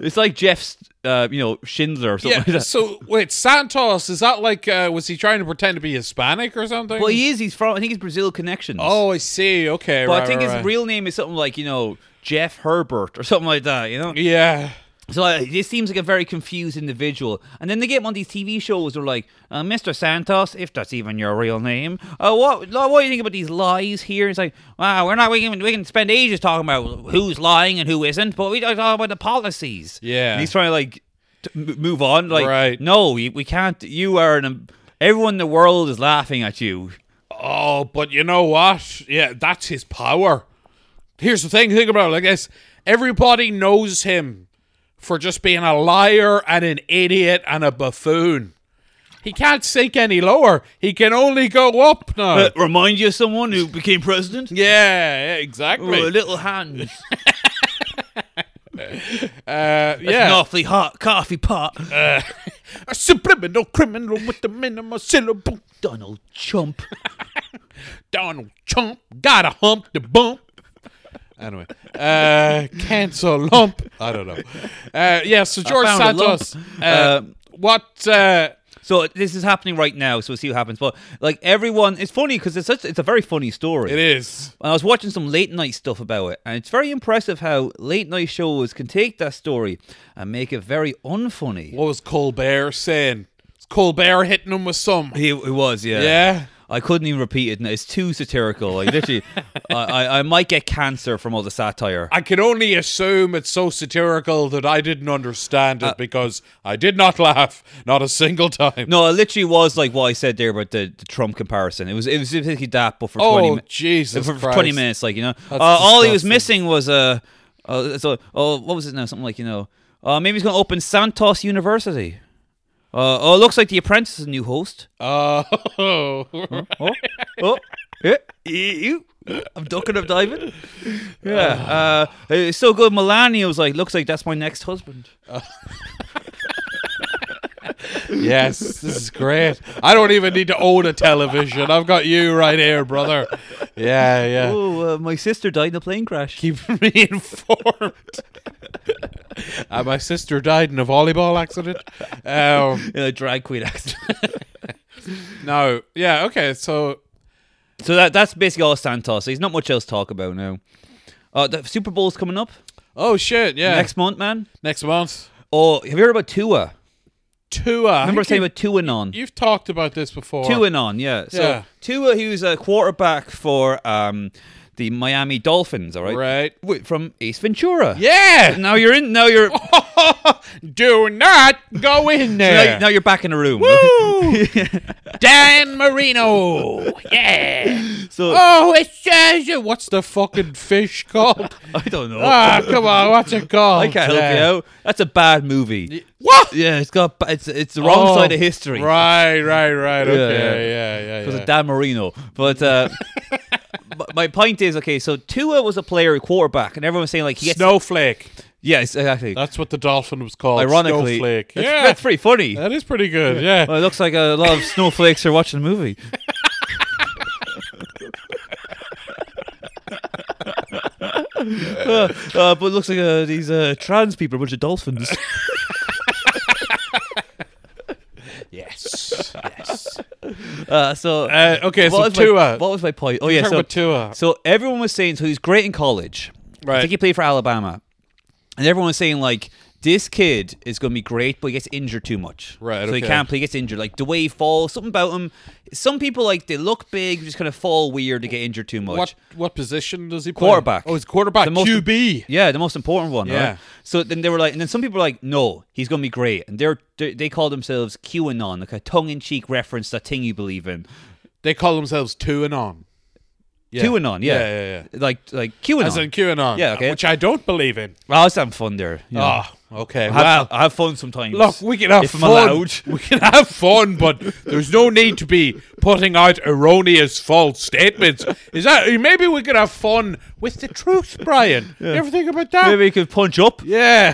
It's like Jeff's, uh, you know, Schindler or something
Yeah.
like that.
So wait, Santos is that like? Uh, was he trying to pretend to be Hispanic or something?
well, he is. He's from. I think he's Brazil connections.
oh, I see. Okay.
but
right,
I think
right,
his
right.
real name is something like you know Jeff Herbert or something like that. You know.
Yeah.
So uh, this seems like a very confused individual. And then they get him on these TV shows. They're like, uh, Mr. Santos, if that's even your real name, uh, what lo- what do you think about these lies here? It's like, wow, we're not we can we can spend ages talking about who's lying and who isn't, but we don't talk about the policies.
Yeah.
and he's trying to like t- m- move on. Like,
Right.
no, you, we can't. You are an everyone in the world is laughing at you.
Oh, but you know what? Yeah, that's his power. Here's the thing. Think about it like this. Everybody knows him for just being a liar and an idiot and a buffoon. He can't sink any lower. He can only go up now.
Uh, remind you of someone who became president.
yeah, yeah, exactly.
Ooh, little hands,
Uh, yeah.
an awfully hot coffee pot.
a subliminal criminal with the minimal syllable.
Donald Trump.
Donald Trump gotta hump the bump. Anyway, uh, cancel lump. I don't know. Uh, yeah, so George
found a
Santos.
lump.
Uh,
Um,
what? Uh,
So this is happening right now. So we'll see what happens. But like everyone, it's funny because it's such, it's a very funny story.
it is.
And I was watching some late night stuff about it, and it's very impressive how late night shows can take that story and make it very unfunny.
What was Colbert saying? Is Colbert hitting him with some.
He it was, yeah.
Yeah.
I couldn't even repeat it. now. It's too satirical. Like literally, I, I, I might get cancer from all the satire.
I can only assume it's so satirical that I didn't understand it
Uh,
because I did not laugh, not a single time.
no, it literally was like what I said there about the, the Trump comparison. It was it was basically that, but for twenty
oh,
minutes.
Jesus.
for, for
Christ.
20 minutes like you know uh, all he was
disgusting.
missing was uh, uh so oh what was it now something like you know uh maybe he's gonna open santos university uh oh looks like the apprentice is a new host
Oh.
oh oh yeah, ew, ew. i'm ducking i'm diving
Ah.
yeah uh it's so good melania was like looks like that's my next husband
Uh, Yes, this is great. I don't even need to own a television. I've got you right here, brother. Yeah, yeah.
oh uh, my sister died in a plane crash
Keep me informed. uh, my sister died in a volleyball accident. Um,
in a drag queen accident
no, yeah, okay. So
so that that's basically all santos he's not much else to talk about now uh the super bowl's coming up
oh shit, yeah. Next
next month man
next month,
Oh, have you heard about Tua?
Tua. I
Remember I
think
saying about Tua non?
You've talked about this before.
Tua non, yeah. So
Yeah.
Tua, he was a quarterback for um, the Miami Dolphins, all right?
right?
Wait, from Ace Ventura.
Yeah.
Now you're in. Now you're.
Do not go in
Now,
there.
now you're back in the room.
Dan Marino. Yeah.
so
Oh, it's Jaja. What's the fucking fish called?
I don't know.
Ah, come on. What's it called?
I can't help
Yeah.
you out. That's a bad movie.
What?
Yeah, it's got. ba- It's it's the wrong
Oh,
side of history.
Right, right, right.
Yeah,
Okay, yeah, yeah.
It
yeah,
was a Dan Marino. But uh, m- my point is, okay, so Tua was a player, a quarterback, and everyone was saying like he gets.
Snowflake.
Yes, exactly.
That's what the dolphin was called.
Ironically,
Snowflake.
That's,
yeah,
that's pretty funny.
that is pretty good. Yeah.
Well, Oh, it looks like a lot of snowflakes are watching the movie. uh, uh, but it looks like uh, these uh, trans people are a bunch of dolphins.
Yes. yes.
Uh, so,
Uh, okay, so
what was my-
Tua.
what was my point? Oh yeah,
talking
so
about Tua.
So everyone was saying, so he's great in college. I
Right.
think he played for Alabama, and everyone was saying like. This kid is going to be great, but he gets injured too much.
Right,
So he
okay.
can't play. He gets injured. Like the way he falls, something about him. Some people like they look big, just kind of fall weird. They get injured too much.
What what position does he play?
Quarterback.
Oh, he's quarterback.
The most-
QB.
Yeah, the most important one.
Yeah.
Right? So then they were like, and then some people were like, no, he's going to be great. And they're, they they call themselves QAnon, like a tongue in cheek reference to that thing you believe in.
They call themselves two and on. Yeah.
QAnon, yeah.
Yeah, yeah,
Like, like QAnon.
As in QAnon.
Yeah, okay.
Which I don't believe in.
well, I was having fun there. you know.
Ah, okay.
Oh, I,
well,
have, I have fun sometimes.
Look, we can have
if I'm
fun.
allowed.
We can have fun, but there's no need to be putting out erroneous false statements. Is that maybe we could have fun with the truth, Brian? You ever think about that?
Maybe you could punch up.
Yeah.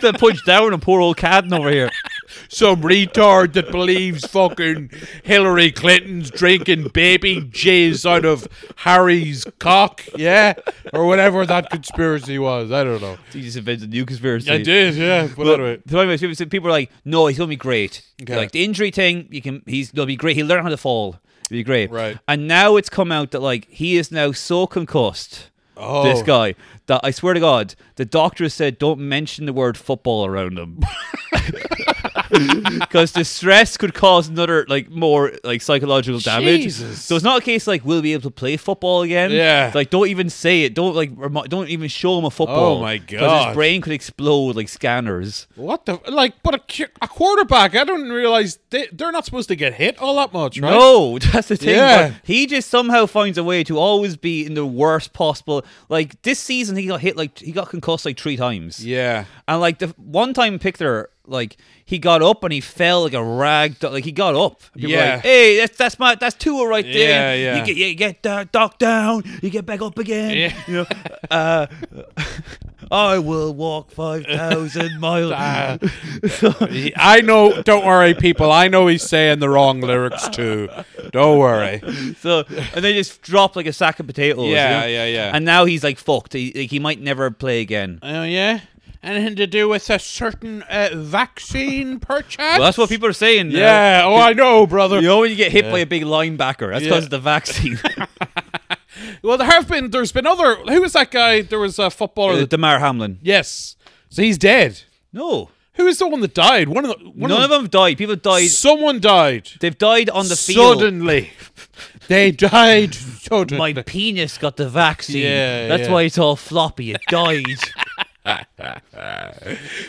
They punch down on poor old Cadden over here.
Some retard that believes fucking Hillary Clinton's drinking baby jizz out of Harry's cock, yeah, or whatever that conspiracy was. I don't know.
He just invented a new conspiracy.
I did, yeah. But anyway,
So anyways, people- so people are like, no, he's gonna be great.
Okay.
Like the injury thing, you can he's gonna be great. He'll learn how to fall. He'll be great.
Right.
And now it's come out that like he is now so concussed.
Oh.
This guy that I swear to God, the doctor said don't mention the word football around him. Because the stress could cause another like more like psychological damage.
Jesus.
So it's not a case like we'll be able to play football again.
Yeah.
Like don't even say it. Don't like remi- don't even show him a football.
Oh my
'Cause
God.
his brain could explode like scanners.
what the like? But a, cu- a quarterback, I didn't realize they, they're not supposed to get hit all that much, right?
No, Oh, that's the thing.
Yeah.
but He just somehow finds a way to always be in the worst possible. Like this season, he got hit like he got concussed like three times.
Yeah.
And like the one time Pickler, like he got up and he fell like a rag. do- Like he got up. People were
Yeah.
like, hey, that's that's my that's Tua right
Yeah,
there.
yeah.
You get you get uh, docked down. You get back up again.
Yeah.
You know, uh, I will walk five thousand miles.
Ah. He- I know. Don't worry, people. I know he's saying the wrong lyrics too. Don't worry.
So and they just drop like a sack of potatoes. you
Yeah,
know?
yeah, yeah.
And now he's like fucked. He, like, he might never play again.
Oh yeah. Anything to do with a certain uh, vaccine, perchance?
Well, that's what people are saying. now.
Yeah. Oh, I know, brother.
You know when you get hit by a big linebacker, that's because of the vaccine.
Well, there have been. There's been other. Who was that guy? There was a footballer. that,
Damar Hamlin.
yes. So he's dead.
No,
Who is the one that died? One of the. One
none of them died. People died.
Someone died
They've died on the field.
suddenly. they died suddenly.
My penis got the vaccine.
Yeah,
that's
yeah.
why it's all floppy. It died.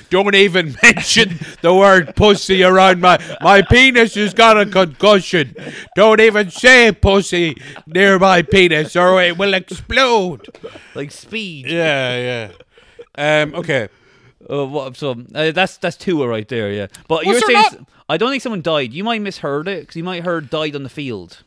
Don't even mention the word pussy around my my penis has got a concussion. Don't even say pussy near my penis or it will explode.
like speed.
Yeah, yeah. Um, okay.
Uh, what, so uh, that's that's Tua right there. Yeah, but you were
there
saying
not-
s- I don't think someone died. You might misheard it because you might have heard died on the field.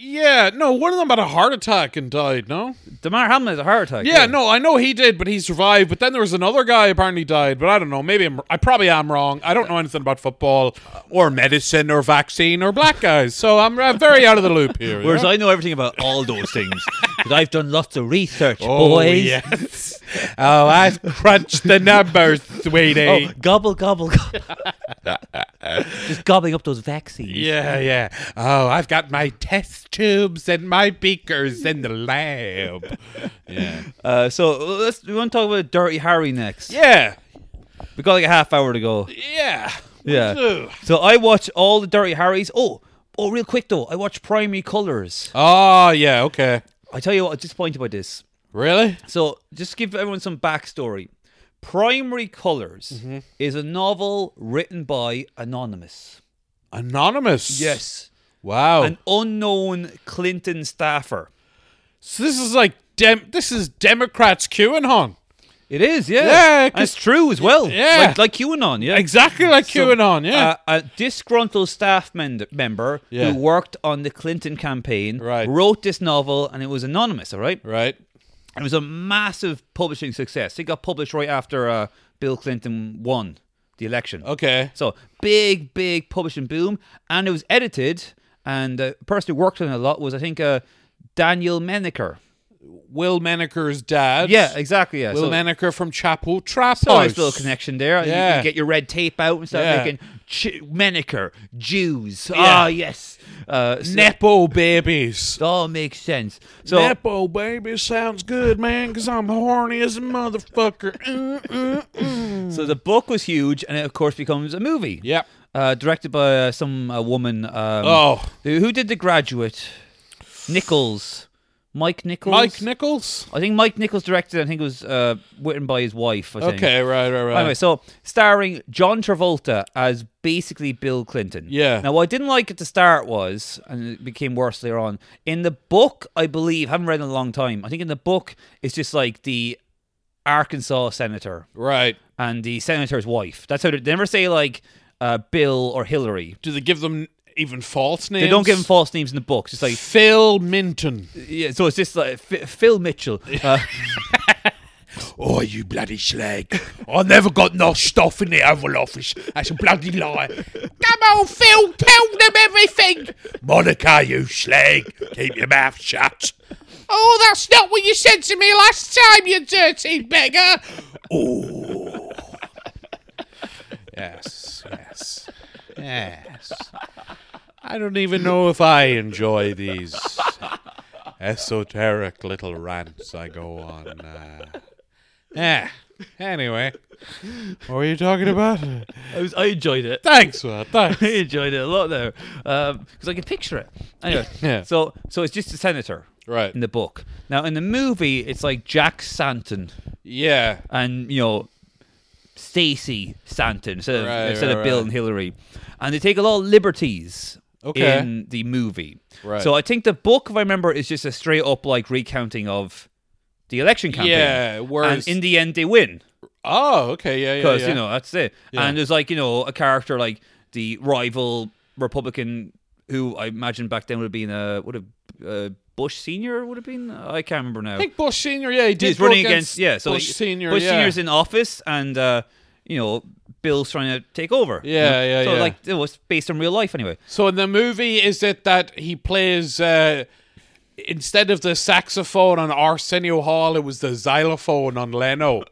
Yeah, no, one of them had a heart attack and died, no?
Damar Hamlin has a heart attack.
Yeah, no, I know he did, but he survived. But then there was another guy apparently died, but I don't know. Maybe I'm, I probably am wrong. I don't know anything about football or medicine or vaccine or black guys, so I'm, uh very out of the loop here.
Whereas
yeah?
I know everything about all those things. But I've done lots of research,
Oh,
boys.
yes. Oh, I've crunched the numbers,
Oh,
sweetie.
gobble, gobble, gobble. Just gobbling up those vaccines.
Yeah, yeah. Oh, I've got my test tubes and my beakers in the lab. Yeah.
Uh, so let's we want to talk about Dirty Harry next.
Yeah.
We got like a half hour to go.
Yeah.
Yeah. So I watch all the Dirty Harrys. Oh, oh, real quick though, I watch Primary Colors.
Oh, yeah, okay.
I tell you what, I'm disappointed by this.
Really?
So just give everyone some backstory. Primary Colors is a novel written by Anonymous.
Anonymous. Wow.
An unknown Clinton staffer.
so this is like dem- this is Democrats QAnon.
It is, yeah.
Yeah,
And
'cause-
it's true as well.
Yeah.
Like, like QAnon, yeah.
Exactly like
So,
QAnon, yeah.
Uh, a disgruntled staff men- member
Yeah.
who worked on the Clinton campaign
Right.
wrote this novel and it was anonymous, all right?
right.
It was a massive publishing success. It got published right after uh, Bill Clinton won the election.
Okay.
So big, big publishing boom, and it was edited. And the person who worked on it a lot was, I think, uh, Daniel Menneker.
Will Menaker's dad.
Yeah, exactly. Yeah.
Will
so,
Menaker from Chapel Trap
so Oh, nice
House.
little connection there. You- You,
Yeah.
get your red tape out and start
Yeah.
making Ch- Menneker Jews.
Yeah.
Ah, yes. Uh, so
Nepo babies.
it all makes sense. So
Nepo baby sounds good, man, because I'm horny as a motherfucker. Mm, mm.
So the book was huge, and it of course becomes a movie.
Yep.
Uh, directed by uh, some uh, woman. Um,
Oh.
who, who did The Graduate? Nichols, Mike Nichols.
Mike Nichols?
I think Mike Nichols directed. I think it was uh, written by his wife. I think.
Okay, right, right, right.
Anyway, so starring John Travolta as basically Bill Clinton.
Yeah.
Now, what I didn't like at the start was, and it became worse later on. In the book, I believe, haven't read in a long time. I think in the book, it's just like the Arkansas senator
right.
and the senator's wife. That's how they, they never say like uh, Bill or Hillary.
Do they give them even false names?
They don't give them false names in the books. It's like
Phil Minton.
yeah, so it's just like F- Phil Mitchell. Uh,
Oh, you bloody slag. I never got no stuff in the Oval Office. That's a bloody lie. Come on, Phil, tell them everything. Monica, you slag. Keep your mouth shut.
Oh, that's not what you said to me last time, you dirty beggar. yes, yes, yes. I don't even know if I enjoy these esoteric little rants I go on. Uh, yeah. Eh, Anyway, what were you talking about?
I, was, I enjoyed it.
Thanks, man. Thanks.
I enjoyed it a lot there because I can picture it. Anyway,
Yeah.
so so it's just a senator
Right.
in the book. Now in the movie, it's like Jack Santon
Yeah.
and you know Stacey Santon instead of,
Right,
instead
right,
of Bill
right.
and Hillary, and they take a lot of liberties.
Okay.
In the movie,
Right.
so I think the book, if I remember, is just a straight up like recounting of the election campaign.
Yeah,
and
whereas-
in the end they win
Oh, okay. Yeah, yeah.
because
yeah.
you know that's it. And there's like you know a character like the rival Republican who I imagine back then would have been a would have uh, Bush senior would have been I can't remember now.
I think Bush Senior. Yeah, he did.
He's
go
running against, yeah, so
Bush
like,
Senior.
Bush
yeah.
senior's in office, and uh, you know Bill's trying to take over. you
Yeah,
know?
yeah,
So
yeah.
like it was based on real life anyway.
So in the movie, is it that he plays uh, instead of the saxophone on Arsenio Hall, it was the xylophone on Leno?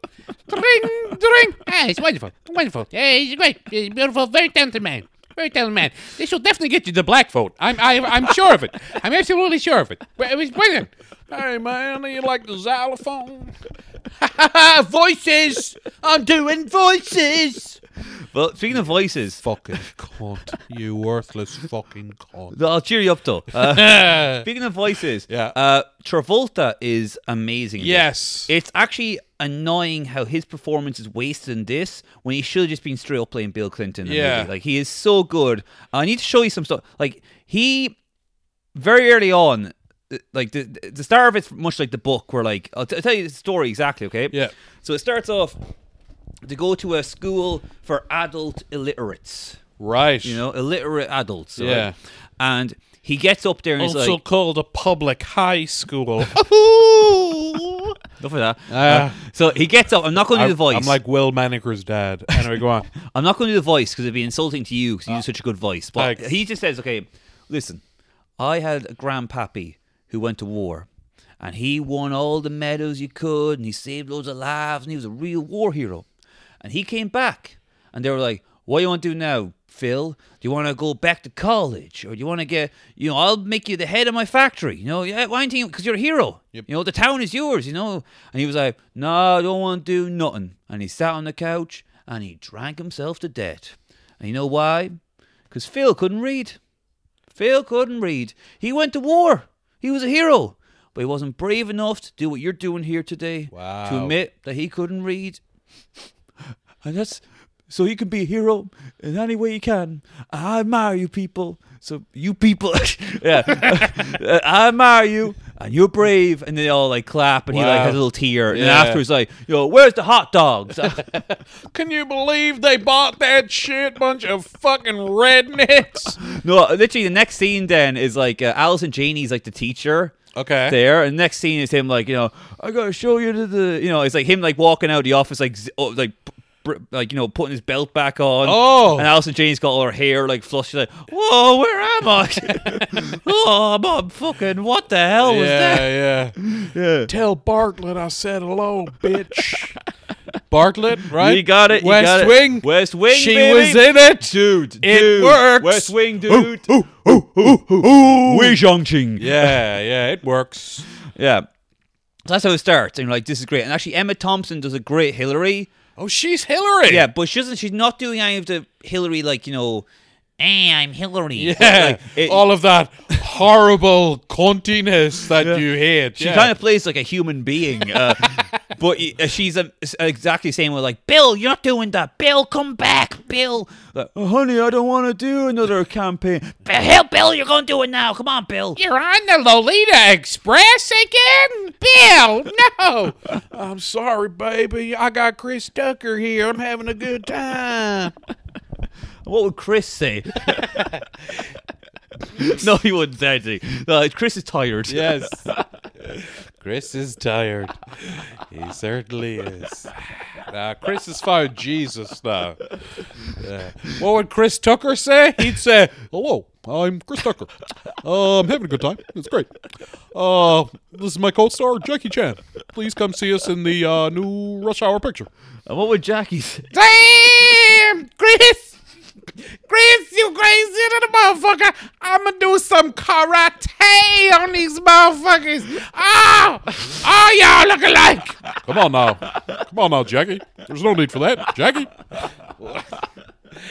Dring, dring. Ah, it's wonderful. Wonderful. Yeah, he's great. He's beautiful. Very talented man. Very talented man.
This will definitely get you the black vote. I'm I, I'm sure of it. I'm absolutely sure of it. But It was brilliant. Hey man, you like the xylophone? voices. I'm doing voices.
Well, speaking of voices,
Fucking cunt. You worthless fucking cunt.
I'll cheer you up though. Uh, speaking of voices,
Yeah.
uh, Travolta is amazing. in this.
Yes.
It's actually annoying how his performance is wasted in this when he should have just been straight up playing Bill Clinton. in the
Yeah.
movie. Like, he is so good. I need to show you some stuff. Like, he, very early on, th- like, the, the start of it's much like the book, where, like, I'll, t- I'll tell you the story exactly, okay?
Yeah.
So it starts off to go to a school for adult illiterates,
Right.
you know, illiterate adults. all
Yeah.
right? And he gets up there and he's
Also
like,
called a public high school.
enough of that. Uh,
Ah.
so he gets up. I'm not going to do the voice.
I'm like Will Maniker's dad. Anyway, go on.
I'm not going to do the voice because it'd be insulting to you because you do such a good voice. But
Thanks.
he just says, okay, listen, I had a grandpappy who went to war and he won all the medals you could and he saved loads of lives and he was a real war hero. And he came back and they were like, what do you want to do now, Phil? Do you want to go back to college or do you want to get, you know, I'll make you the head of my factory? You know, yeah, why don't you? Because you're a hero. You know, the town is yours, you know. And he was like, no, I don't want to do nothing. And he sat on the couch and he drank himself to death. And you know why? Because Phil couldn't read. Phil couldn't read. He went to war. He was a hero. But he wasn't brave enough to do what you're doing here today.
Wow.
To admit that he couldn't read. And that's so he can be a hero in any way he can. I admire you people. So you people Yeah. I admire you and you're brave and they all like clap and he like
Wow.
has a little tear. And then
Yeah.
after he's like, yo, where's the hot dogs?
Can you believe they bought that shit? Bunch of fucking rednecks.
No, literally the next scene then is like uh, Allison Janey's like the teacher.
Okay.
There, and next scene is him like you know I gotta show you to the you know it's like him like walking out of the office like z- oh, like br- br- like you know putting his belt back on.
Oh.
and Allison Jane's got all her hair like flushed. She's like whoa, where am I? oh, I'm on fucking what the hell was that?
yeah, yeah, Tell Bartlett I said hello, bitch. Bartlett, right?
You got it. you
West
got it.
Wing.
West Wing.
She
baby.
was in it.
dude.
It
dude.
works.
West Wing, dude. Wei Zhongqing.
Yeah, yeah, it works.
Yeah. So that's how it starts. And you're like, this is great. And actually, Emma Thompson does a great Hillary.
Oh, she's Hillary.
Yeah, but she doesn't, she's not doing any of the Hillary, like, you know, hey, I'm Hillary.
Yeah.
Like, it-
All of that horrible cuntiness that you hate.
she kind of plays like a human being. Uh, but y- uh, she's um, s- exactly the same with, like, Bill, you're not doing that. Bill, come back, Bill. Like, oh, honey, I don't want to do another campaign. "Bill, Help, Bill, you're going to do it now. Come on, Bill.
You're on the Lolita Express again? Bill, no.
I'm sorry, baby. I got Chris Tucker here. I'm having a good time.
What would Chris say? no, he wouldn't say anything. No, Chris is tired.
Yes. Chris is tired. He certainly is. Nah, Chris has found Jesus now. Yeah. What would Chris Tucker say? He'd say, "Hello, I'm Chris Tucker. Uh, I'm having a good time. It's great. Uh, this is my co-star Jackie Chan. Please come see us in the uh, new Rush Hour picture."
And what would Jackie say?
Damn, Chris. Chris, you crazy little motherfucker. I'ma do some karate on these motherfuckers. Oh, oh y'all look alike. Come on now. Come on now, Jackie. There's no need for that, Jackie.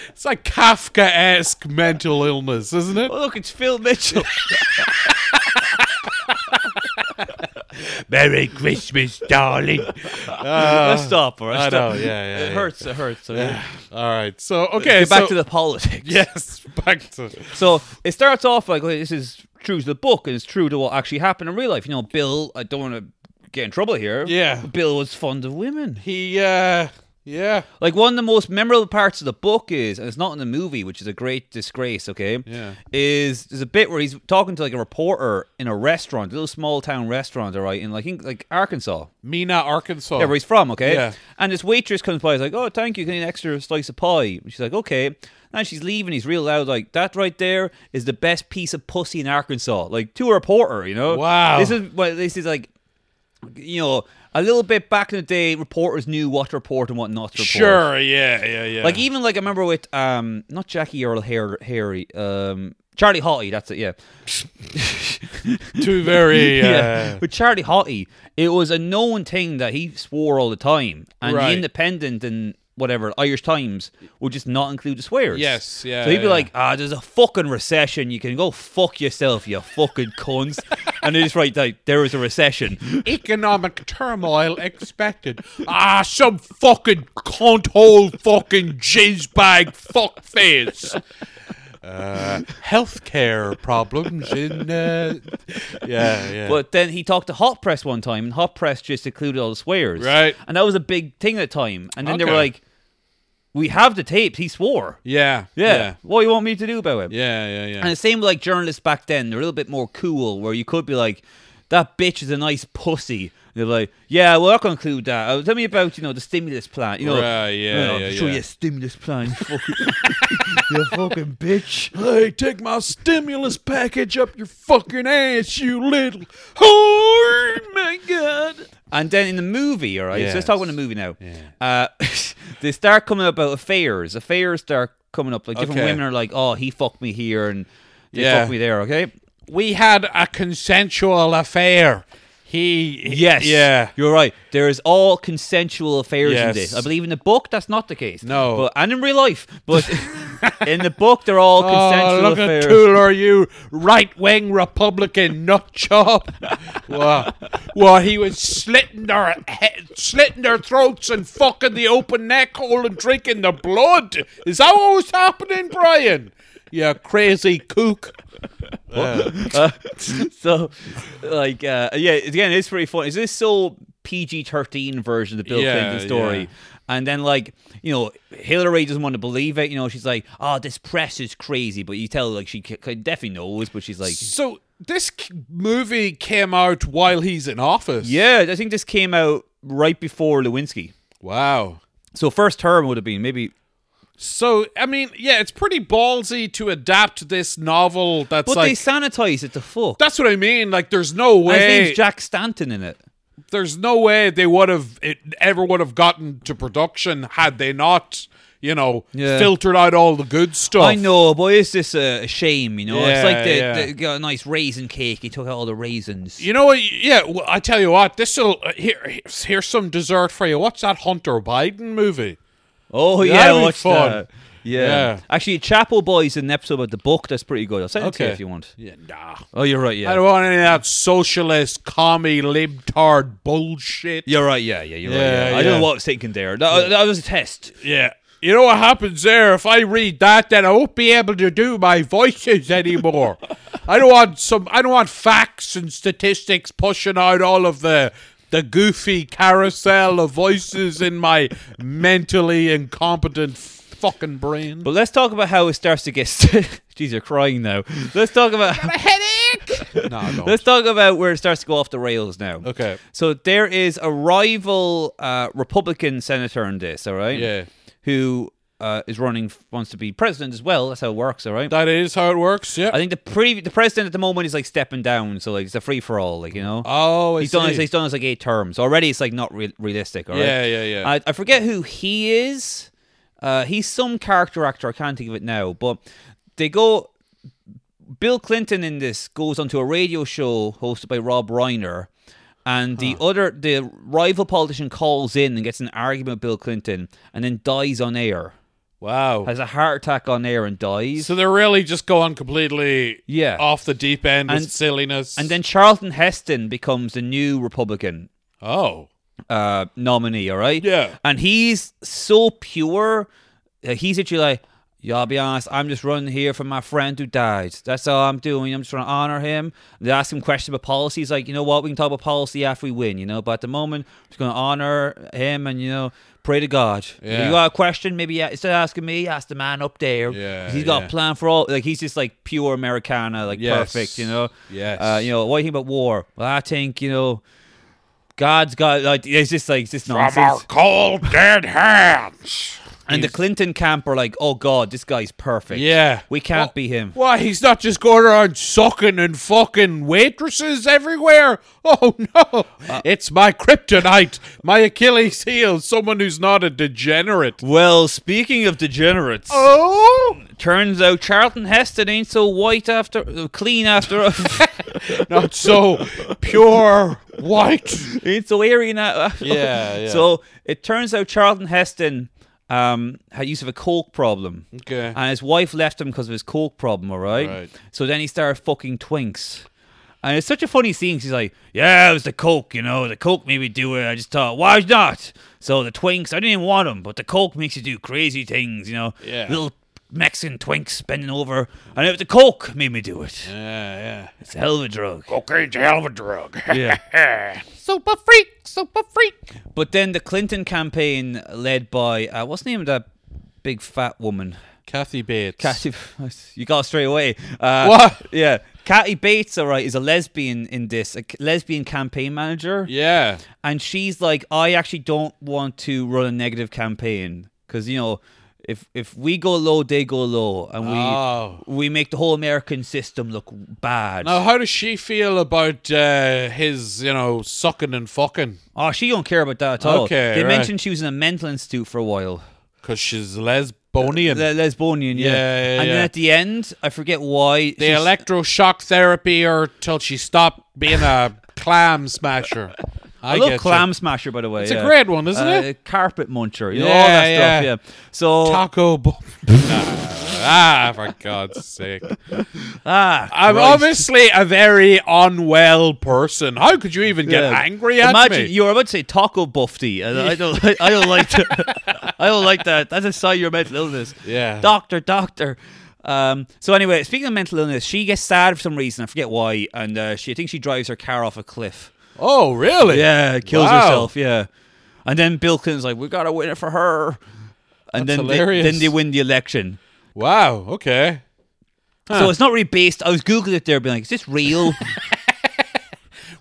It's like Kafka-esque mental illness, isn't it?
Oh, look, it's Phil Mitchell.
Merry Christmas, darling.
Uh, Let's stop, all right?
I know,
Stop.
yeah, yeah,
It
yeah.
hurts, it hurts. okay?
All right. So okay.
Get back
so-
to the politics.
yes. Back to
So it starts off like okay, this is true to the book and it's true to what actually happened in real life. You know, Bill, I don't want to get in trouble here.
Yeah.
Bill was fond of women.
he. Uh, yeah.
Like one of the most memorable parts of the book is, and it's not in the movie, which is a great disgrace. Okay,
Yeah.
is there's a bit where he's talking to like a reporter in a restaurant, a little small town restaurant, all right, in like in, like Arkansas,
Mina, Arkansas.
yeah, where he's from. Okay,
Oh. Yeah.
and this waitress comes by, is like, "Oh, thank you, can I get an extra slice of pie?" And she's like, "Okay," and she's leaving. He's real loud, like, "That right there is the best piece of pussy in Arkansas," like to a reporter, you know?
Wow.
this is well, this is like, you know. A little bit back in the day, reporters knew what to report and what not to report.
Sure. Yeah. Yeah. Yeah.
Like even like I remember with um not Jackie Earl Har- Harry um Charlie Hottie that's it yeah
two very. Uh,
yeah with Charlie Hottie it was a known thing that he swore all the time and
Right.
the Independent and whatever Irish Times would just not include the swears
Yes, yeah,
so he'd be
yeah.
like ah there's a fucking recession you can go fuck yourself you fucking cunts and they just write like there is a recession
uh, economic turmoil expected. Ah, some fucking cunt-hole fucking jizzbag fuckface. Uh, healthcare problems in. Uh, yeah, yeah.
But then he talked to Hot Press one time, and Hot Press just included all the swears.
Right.
And that was a big thing at the time. And then they were
Okay.
like, we have the tapes. He swore.
yeah,
Yeah. What do you want me to do about it?
yeah, yeah, yeah.
And the same with like journalists back then. They're a little bit more cool, where you could be like, that bitch is a nice pussy. And they're like, yeah, well, I'll conclude that. Uh, tell me about, you know, the stimulus plan. You know,
Right, yeah,
you know,
yeah,
show
yeah.
you a stimulus plan. you fucking- you fucking bitch.
Hey, take my stimulus package up your fucking ass, you little. Oh my god!
And then in the movie, all right. So let's
Yes.
talk about the movie now. Uh, they start coming up about affairs. Affairs start coming up. Like different
Okay.
women are like, "Oh, he fucked me here, and they
Yeah.
fucked me there." Okay.
We had a consensual affair. He
Yes.
yeah.
You're right. There is all consensual affairs in
Yes.
this. I believe in the book that's not the case.
No.
But, and in real life, but in the book they're all
Oh,
consensual
look
affairs.
at Tuller, you right-wing Republican nutjob. what? What? He was slitting their he- slitting their throats and fucking the open neck hole and drinking the blood. Is that what was happening, Brian? You crazy kook.
Uh, so, like, uh, yeah, again, it's pretty funny. Is this so PG thirteen version of the Bill
Yeah,
Clinton story?
yeah.
And then, like, you know, Hillary doesn't want to believe it. You know, she's like, "Oh, this press is crazy," but you tell, like, she c- c- definitely knows, but she's like,
So this k- movie came out while he's in office.
"Yeah, I think this came out right before Lewinsky."
Wow.
So first term would have been maybe,
So I mean, yeah, it's pretty ballsy to adapt this novel. That's
but they
like
sanitize it to fuck.
that's what I mean. Like, there's no
And His
way.
name's Jack Stanton in it.
there's no way they would have it ever would have gotten to production had they not, you know,
Yeah.
filtered out all the good stuff.
I know, but it's just a a shame, you know. it's
Oh. Yeah,
like the,
yeah.
the got a nice raisin cake. He took out all the raisins.
You know what? Yeah, well, I tell you what. This will uh, here. Here's some dessert for you. What's that Hunter Biden movie?
Oh
Yeah,
yeah,
that'd
I
be
watched
fun.
that. Yeah.
Yeah.
actually, Chapel Boys in an episode about the book that's pretty good. I'll send it to you
Okay.
if you want.
Yeah, nah.
Oh, you're right.
I
Yeah,
don't want any of that socialist, commie, libtard bullshit.
you're right. Yeah, yeah, you're right.
Yeah,
Yeah. I don't
yeah.
know what was taken there. That, that was a test.
Yeah. You know what happens there? If I read that, then I won't be able to do my voices anymore. I don't want some. I don't want facts and statistics pushing out all of the the goofy carousel of voices in my mentally incompetent fucking brain.
But let's talk about how it starts to get. St- Jeez, you're crying now. Let's talk about
a headache. No, I don't.
Let's talk about where it starts to go off the rails now.
Okay.
So there is a rival uh, Republican senator in this, all right?
Yeah.
Who uh, is running, wants to be president as well. That's how it works, all right?
That is how it works. Yeah.
I think the pre- the president at the moment is like stepping down, so like it's a free for all, like you know.
oh, I
he's
see.
done. His, he's done his like eight terms already. It's like not re- realistic. All right.
Yeah, yeah, yeah.
I, I forget who he is. Uh, he's some character actor. I can't think of it now. But they go. Bill Clinton in this goes onto a radio show hosted by Rob Reiner, and the other the rival politician calls in and gets in an argument with Bill Clinton, and then dies on air.
wow.
Has a heart attack on air and dies.
So they're really just going completely
Yeah.
off the deep end with
And-
silliness.
and then Charlton Heston becomes the new Republican
oh,
uh, nominee, all right?
Yeah.
And he's so pure. Uh, he's literally like, yeah, I'll be honest, I'm just running here for my friend who died. That's all I'm doing. I'm just trying to honor him. They ask him questions about policy. He's like, you know what? We can talk about policy after we win, you know? But at the moment, I'm just going to honor him and, you know, pray to God. If
Yeah.
you got a question, maybe uh, instead of asking me, ask the man up there.
Yeah,
He's got
yeah.
a plan for all. Like, he's just like pure Americana, like
Yes.
perfect, you know?
Yes.
Uh, you know, what do you think about war? Well, I think, you know, God's got like it's just like it's just
From our
nonsense.
cold dead hands.
And the Clinton camp are like, oh god, this guy's perfect.
yeah.
we can't
Wha-
be him.
Why he's not just going around sucking and fucking waitresses everywhere? Oh no!
Uh,
it's my kryptonite, my Achilles heel. Someone who's not a degenerate.
Well, speaking of degenerates,
Oh
turns out Charlton Heston ain't so white after uh, clean after
not so pure white.
ain't so Aryan. a-
Yeah, yeah.
So it turns out Charlton Heston um had use of a coke problem.
Okay.
And his wife left him because of his coke problem, all right?
Right.
So then he started fucking twinks. And it's such a funny scene. 'cause He's like, "Yeah, it was the coke, you know. The coke made me do it. I just thought, why not? So the twinks, I didn't even want them, but the coke makes you do crazy things, you know.
Yeah.
Little Mexican twinks bending over, and it was the coke made me do it.
yeah,
It's a hell of a drug.
Cocaine's a hell of a drug.
Yeah.
super freak, super freak.
But then the Clinton campaign, led by uh, what's the name of that big fat woman?
Kathy Bates.
Kathy, you got it straight away. Uh,
What?
Yeah, Kathy Bates, all right, is a lesbian in this, a c- lesbian campaign manager,
Yeah.
and she's like, I actually don't want to run a negative campaign because you know, if if we go low, they go low, and we
Oh.
we make the whole American system look bad.
Now, how does she feel about uh, his, you know, sucking and fucking?
Oh, she don't care about that at all.
Okay,
they
right.
mentioned she was in a mental institute for a while.
Because she's lesbonian.
Le- lesbonian, yeah.
Yeah, yeah,
and then
yeah.
at the end, I forget why
the
she's-
electroshock therapy or till she stopped being a clam smasher. I,
I, love
get
Clam Smasher, by the way.
It's a great one, isn't
uh,
it?
Carpet Muncher, you know, all
Yeah,
that
yeah.
stuff, yeah. So,
you. Taco bu- Ah, for God's sake.
ah,
I'm
Christ.
obviously a very unwell person. How could you even get
Yeah.
angry at
Imagine
me?
you were about to say taco buffy, and I don't, I, don't like, that. I don't like that. That's a sign of your mental illness.
Yeah.
doctor, doctor. Um, so anyway, speaking of mental illness, she gets sad for some reason. I forget why, and uh, she I think she drives her car off a cliff.
oh, really?
Yeah, kills
Wow.
herself. Yeah, and then Bill Clinton's like, "We gotta win it for her," and
That's
then they,
hilarious.
then they win the election.
Wow, okay.
So it's not really based. I was googling it there, being like, "Is this real?"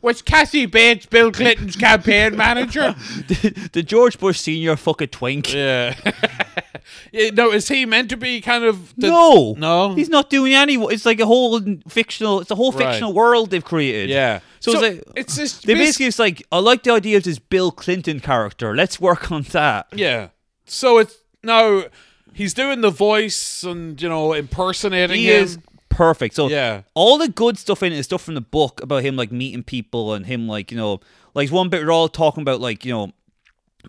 Was Kathy Bates Bill Clinton's campaign manager?
the George Bush senior fuck a twink.
Yeah. yeah. No, is he meant to be kind of the,
no,
no?
he's not doing any. It's like a whole fictional. It's a whole
Right.
fictional world they've created.
Yeah.
So, it's like
it's just
they
basi-
basically it's like I like the idea of this Bill Clinton character. Let's work on that.
yeah. So it's now he's doing the voice and you know impersonating
He
him.
is perfect. So
Yeah.
all the good stuff in it is stuff from the book about him like meeting people and him like you know like one bit we're all talking about like you know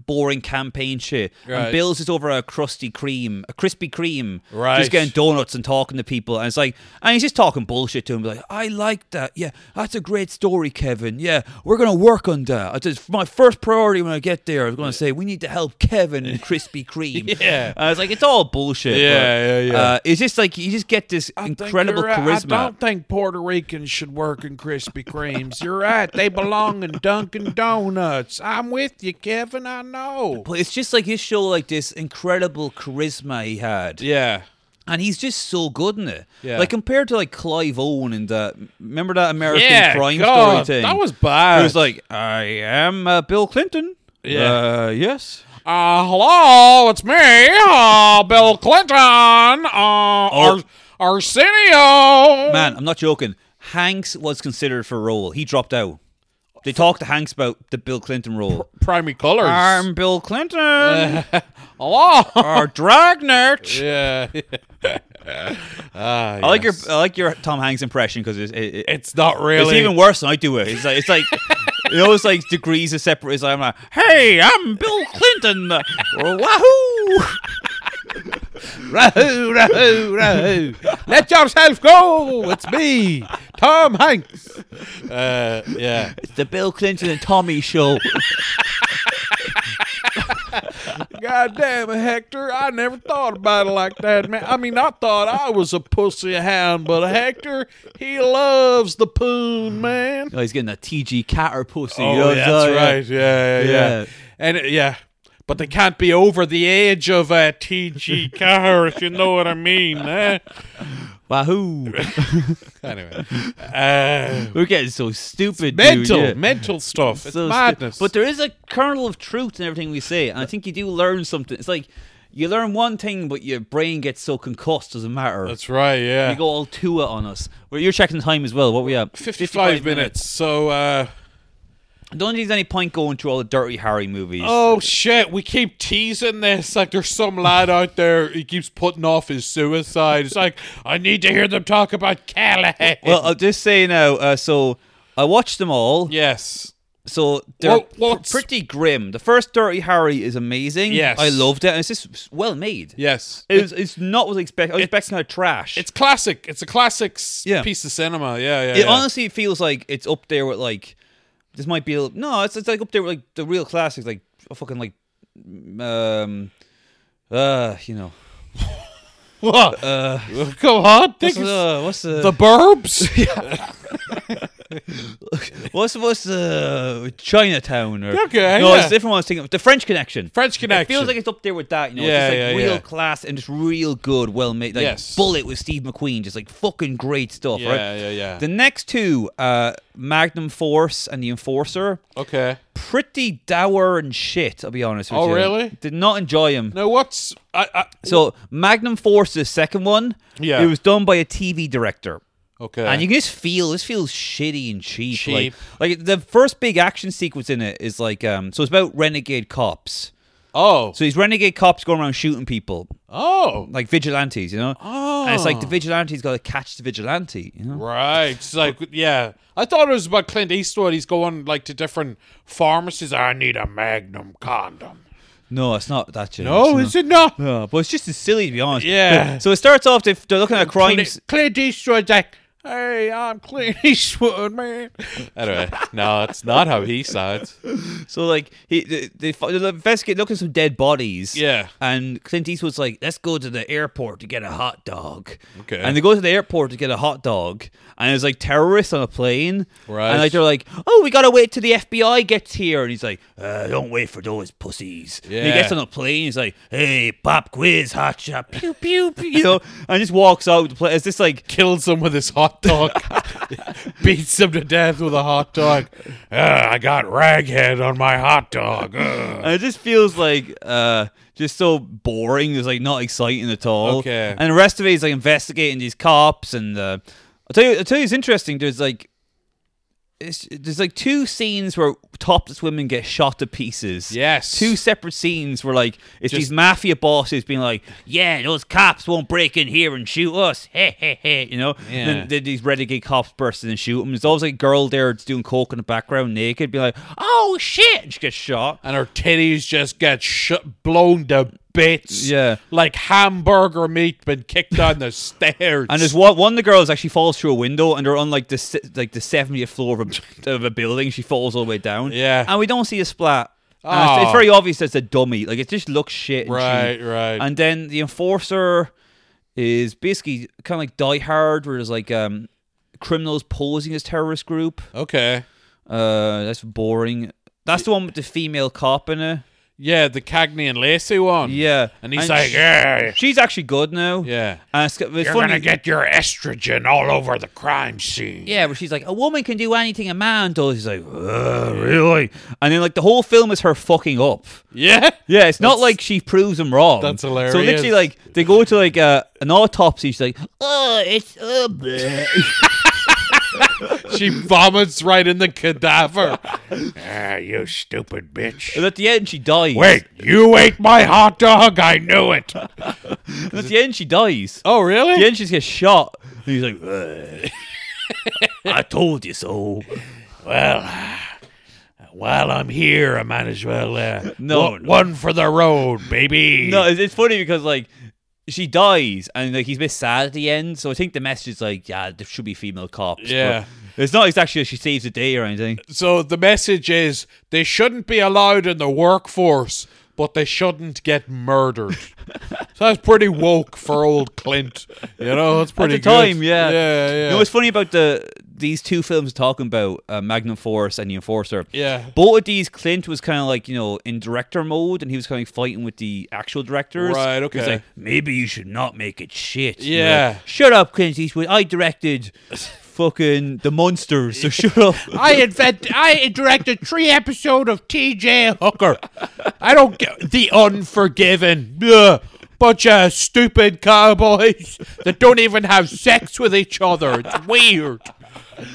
boring campaign shit
Right.
and Bill's just over a crusty cream a Krispy Kreme
Right.
just getting donuts and talking to people and it's like and he's just talking bullshit to him like I like that yeah that's a great story Kevin yeah we're gonna work on that I just my first priority when I get there I was gonna say we need to help Kevin and Krispy Kreme
Yeah.
and I was like it's all bullshit
Yeah,
but,
yeah, yeah.
uh, it's just like you just get this
I think
incredible
you're right.
charisma
I don't think Puerto Ricans should work in Krispy Kremes. You're right. They belong in Dunkin' Donuts. I'm with you, Kevin. I know.
But it's just like his show, like this incredible charisma he had,
yeah.
And he's just so good in it.
Yeah.
Like compared to like Clive Owen and that. Remember that American
Yeah,
crime
God,
story thing?
that was bad.
It was like, I am uh, Bill Clinton.
Yeah.
Uh, yes.
Uh, hello, it's me, uh, Bill Clinton, uh, Ar- Arsenio.
Man, I'm not joking. Hanks was considered for a role. He dropped out. They talked to Hanks about the Bill Clinton role. Uh-huh.
Primary colors.
I'm Bill Clinton.
hello.
Or Dragnet.
yeah. Ah,
I like your
yes.
I like your Tom Hanks impression because it's it, it,
It's not
it's
really.
even worse than I do it. It's like it's like you know, it's like degrees of separate. It's like I'm like, hey, I'm Bill Clinton. Wahoo!
Rahoo, rahoo, rahoo. Let yourself go. It's me, Tom Hanks. Uh, yeah.
It's the Bill Clinton and Tommy show.
God damn it, Hector. I never thought about it like that, man. I mean, I thought I was a pussy hound, but Hector, he loves the poon, man.
oh, he's getting a TG catter pussy.
Oh,
you know,
yeah,
so,
that's right. Yeah, yeah, yeah.
Yeah.
And uh, yeah, but they can't be over the age of uh, TG Carr, if you know what I mean. Eh?
Wahoo!
Anyway, uh,
We're getting so stupid.
mental,
dude, yeah.
mental stuff. It's
So stu-
madness.
but there is a kernel of truth in everything we say, and I think you do learn something. It's like you learn one thing, but your brain gets so concussed. Doesn't matter.
that's right. Yeah,
You go all Tua on us. Well, you're checking time as well. What we at?
55, minutes. So. uh
I don't think there's any point going through all the Dirty Harry movies.
Oh shit! We keep teasing this. Like, there's some lad out there. He keeps putting off his suicide. It's like I need to hear them talk about Callahan.
Well, I'll just say now. Uh, so I watched them all.
yes,
So they're
Well,
pr-
what's-
pretty grim. The first Dirty Harry is amazing.
Yes.
I loved it, and it's just well made.
yes.
It's, it's not what I expect. I was expecting kind of trash.
It's classic. It's a classic s-
Yeah.
piece of cinema. Yeah, yeah.
it
yeah.
honestly feels like it's up there with like this might be a, no, it's, it's like up there with like the real classics, like fucking like um uh you know
What? Go on. Think
what's
it's-
the Uh, what's the,
the Burbs. yeah.
what's what's the Chinatown or
Okay,
no it's
yeah.
a different one I was thinking the French Connection
French
It
Connection.
feels like it's up there with that, you know.
Yeah,
it's just
yeah,
like real
yeah.
class and just real good, well made. Like
Yes.
Bullet with Steve McQueen, just like fucking great stuff,
Yeah,
right?
yeah, yeah.
The next two, uh, Magnum Force and The Enforcer,
okay.
pretty dour and shit. I'll be honest with
Oh,
you.
really?
Did not enjoy him.
Now what's I, I
So Magnum Force, the second one,
Yeah.
it was done by a TV director.
okay.
And you can just feel this feels shitty and cheap.
Cheap.
Like, like the first big action sequence in it is like um so it's about renegade cops.
oh
So these renegade cops going around shooting people,
oh
like vigilantes, you know? And it's like the vigilante's got to catch the vigilante, you know?
right. It's like yeah. I thought it was about Clint Eastwood. He's going like to different pharmacies. I need a Magnum condom.
No, it's not that. You know,
No,
it's
is it not?
not- no, but it's just as silly to be honest.
Yeah.
So it starts off, they- they're looking at crimes.
Clint, Clint Eastwood's like, hey, I'm Clint Eastwood, man. Anyway, no, it's not how he sounds.
So like he, they, they, fi- they investigate, look at some dead bodies.
Yeah.
And Clint Eastwood's like, let's go to the airport to get a hot dog.
Okay.
And they go to the airport to get a hot dog, and there's like terrorists on a plane.
Right.
And like they're like, oh, we gotta wait till the FBI gets here, and he's like, uh, don't wait for those pussies. And he
Yeah.
gets on a plane. He's like, hey, pop quiz, hot shot, pew pew pew, you know, and just walks out. The plane. It's just like.
kills him with his hot dog, beats him to death with a hot dog. "Ah, I got raghead on my hot dog. Ugh."
And Uh, it just feels like uh just so boring. It's like not exciting at all.
Okay.
And the rest of it is like investigating these cops and uh, I'll tell you I'll tell you it's interesting, there's like it's, there's like two scenes where topless women get shot to pieces.
Yes.
Two separate scenes where like it's
Just-
these mafia bosses being like, Yeah, those cops won't break in here and shoot us. Hey, hey, hey. You know? And
Yeah.
then, then these renegade cops burst in and shoot them. There's always like a girl there that's doing coke in the background naked, be like, Oh shit and she gets shot.
And her titties just get sh- blown to bits.
Yeah.
Like hamburger meat been kicked down the stairs.
And there's one, one of the girls actually falls through a window, and they're on like the si- like the seventieth floor of a, of a building. She falls all the way down.
Yeah.
and we don't see a splat. And it's- It's,
Aw.
very obvious that's a dummy. Like it just looks shit. and
Right,
cheap.
right.
And then the enforcer is basically kind of like Die Hard, where there's like um, criminals posing as terrorist group.
okay.
Uh, that's boring. That's the one with the female cop in it.
Yeah, the Cagney and Lacey one.
Yeah,
And he's
like,
like, yeah,
she's actually good now.
Yeah.
and it's, it's
You're
funny.
gonna get your estrogen all over the crime scene.
yeah, but she's like, a woman can do anything a man does. He's like, "Ugh, really? And then like the whole film is her fucking up.
yeah.
Yeah, it's not like she proves him wrong.
that's
So
hilarious.
literally, like they go to like uh, an autopsy. She's like,
Oh, it's uh, bleh.
She vomits right in the cadaver.
Ah, you stupid bitch.
and at the end she dies.
Wait, you ate my hot dog. I knew it.
and at the end she dies.
Oh, really?
At the end she just gets shot. And he's like, "Ugh." I told you so.
uh, While I'm here, I might as well. Uh,
No,
one,
no.
one for the road, baby.
No, it's, it's funny because like she dies and like he's a bit sad at the end. So I think the message is like, yeah, there should be female cops. but
Yeah.
it's not exactly that she saves the day or anything.
So the message is they shouldn't be allowed in the workforce, but they shouldn't get murdered. so that's pretty woke for old Clint. You know, that's
At
pretty
the time,
good.
yeah,
Yeah, yeah.
You know what's funny about the these two films talking about uh, Magnum Force and The Enforcer?
Yeah.
both of these Clint was kind of like you know in director mode, and he was kind of fighting with the actual directors.
Right,
He was
okay.
like, maybe you should not make it shit. And they're
Yeah.
like, shut up, Clint Eastwood. I directed fucking the monsters, so shut up.
I invent. I directed three episode of T.J. Hooker.
I don't get the unforgiven. Ugh. Bunch of stupid cowboys that don't even have sex with each other. It's weird.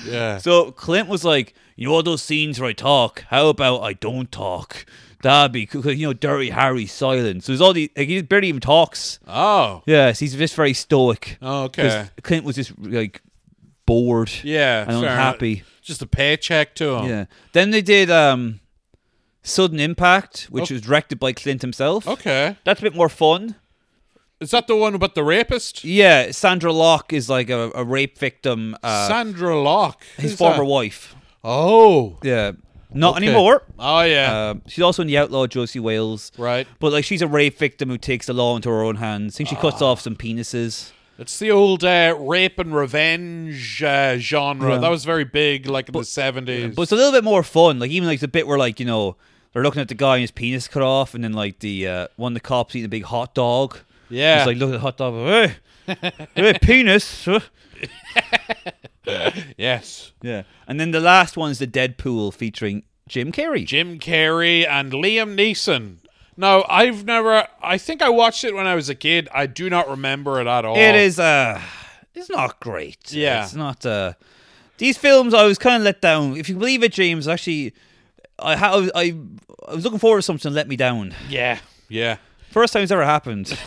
Yeah.
So Clint was like, you know all those scenes where I talk. How about I don't talk? That'd be cool. 'cause, You know, Dirty Harry's silent. So there's all the like, he barely even talks.
Oh.
Yes, he's just very stoic.
Okay.
'Cause Clint was just like bored.
Yeah.
and
fair Oh. enough.
unhappy.
Just a paycheck to him.
Yeah. Then they did um Sudden Impact, which
Oh.
was directed by Clint himself.
Okay.
That's a bit more fun.
Is that the one about the rapist?
Yeah, Sandra Locke is like a, a rape victim, uh,
Sandra Locke.
his
Who's
former
that?
wife.
Oh.
Yeah. Not
Okay.
anymore.
Oh yeah.
Um, she's also in The Outlaw Josie Wales.
Right.
But like she's a rape victim who takes the law into her own hands. I think she
Ah.
cuts off some penises.
it's the old uh, rape and revenge uh, genre.
Yeah.
That was very big like in the 70s.
But it's a little bit more fun. Like even like the bit where like you know they're looking at the guy and his penis cut off, and then like the uh, one of the cops eating a big hot dog.
Yeah.
he's like look at the hot dog. Hey, hey penis. huh?"
yes.
yeah, and then the last one's the Deadpool featuring Jim Carrey.
Jim Carrey and Liam Neeson. Now, I've never I think I watched it when I was a kid. I do not remember it at all.
It is uh, it's not great.
Yeah.
it's not uh, these films I was kind of let down. If you believe it, James, actually, I ha- I, was- I I was looking forward to something that let me down.
Yeah. Yeah.
First time it's ever happened.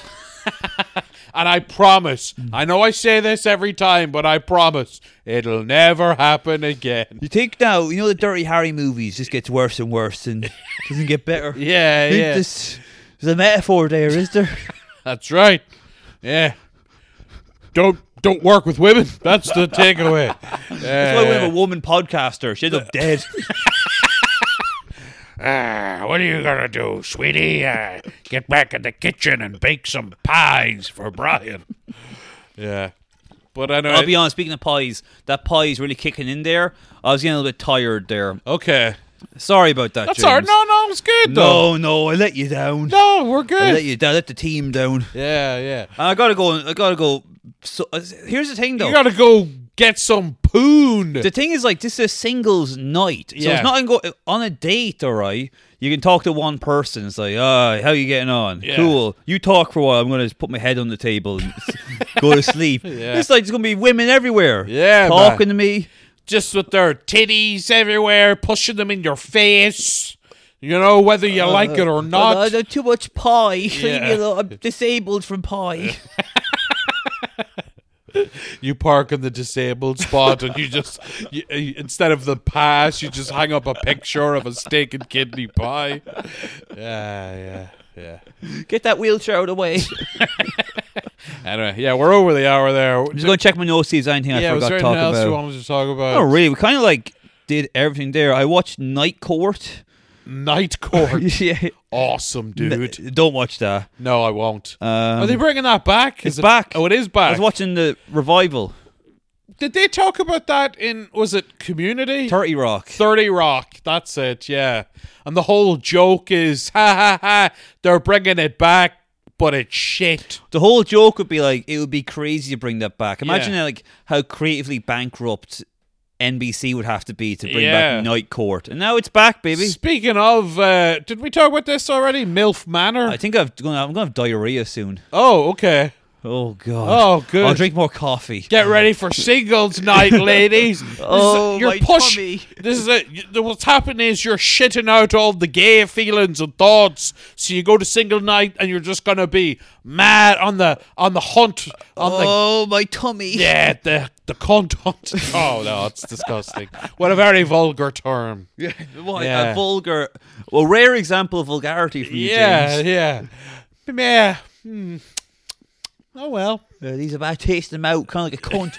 And I promise, I know I say this every time, but I promise it'll never happen again.
You think now, you know, the Dirty Harry movies just gets worse and worse and doesn't get better.
Yeah,
I think
yeah.
this- there's a metaphor there, is there?
That's right. Yeah. Don't don't work with women. That's the takeaway.
That's why we have a woman podcaster. She ends up dead.
Ah, what are you gonna do, sweetie? Uh, get back in the kitchen and bake some pies for Brian.
Yeah. But I know.
I'll be honest, speaking of pies, that pie is really kicking in there. I was getting a little bit tired there.
okay.
Sorry about that,
That's
James.
all right. No, no, it's good though.
No, no, I let you down.
No, we're
I
good.
let you down. I let the team down.
yeah, yeah.
And I gotta go. I gotta go. So, uh, here's the thing, though.
You gotta go get some poon.
The thing is, like, this is singles night, so
Yeah.
it's not go- on a date. All right, you can talk to one person. It's like, ah, how you getting on?
Yeah.
Cool. You talk for a while. I'm gonna just put my head on the table and go to sleep. It's like there's gonna be women everywhere.
Yeah,
talking to me.
Just with their titties everywhere, pushing them in your face. You know whether you like it or not.
"Oh, I too much pie.
Yeah.
You know, I'm disabled from pie.
You park in the disabled spot, and you just you, you- instead of the pass, you just hang up a picture of a steak and kidney pie. Yeah, yeah, yeah.
Get that wheelchair out of the way. I'm
Anyway, yeah, we're over the hour there.
just gonna check my notes. See if there's anything
yeah,
I
was
forgot
there
to
anything
talk
else
about.
you wanted to talk about?
Oh, really? We kind of like did everything there. I watched Night Court.
Night Court,
yeah.
awesome, dude.
Don't watch that.
No, I won't.
Um,
Are they bringing that back?
it's
Is it-
back.
Oh, it is
I
back.
was watching the revival.
Did they talk about that in was it Community?
Thirty Rock.
30 Rock. That's it, yeah. And the whole joke is, ha ha ha, they're bringing it back, but it's shit.
The whole joke would be like it would be crazy to bring that back. Imagine
Yeah.
like how creatively bankrupt NBC would have to be to bring
Yeah.
back Night Court, and now it's back, baby.
Speaking of, uh, did we talk about this already? MILF Manor?
I think I've gonna, I'm gonna have diarrhea soon.
oh, okay.
Oh god.
Oh, good.
I'll drink more coffee.
Get ready for singles night, ladies. This is-
Oh,
you're
my
push-
tummy.
This is it. You- What's happening is you're shitting out all the gay feelings and thoughts. So you go to single night and you're just gonna be mad on the on the hunt on the
oh my tummy.
Yeah, the the content. Oh no, it's disgusting. What a very vulgar term. Yeah,
What
Yeah.
a vulgar, a rare example of vulgarity from you,
yeah,
James.
yeah. Meh. Hmm. Oh well.
Uh, these are bad taste them out, kind of like a cunt.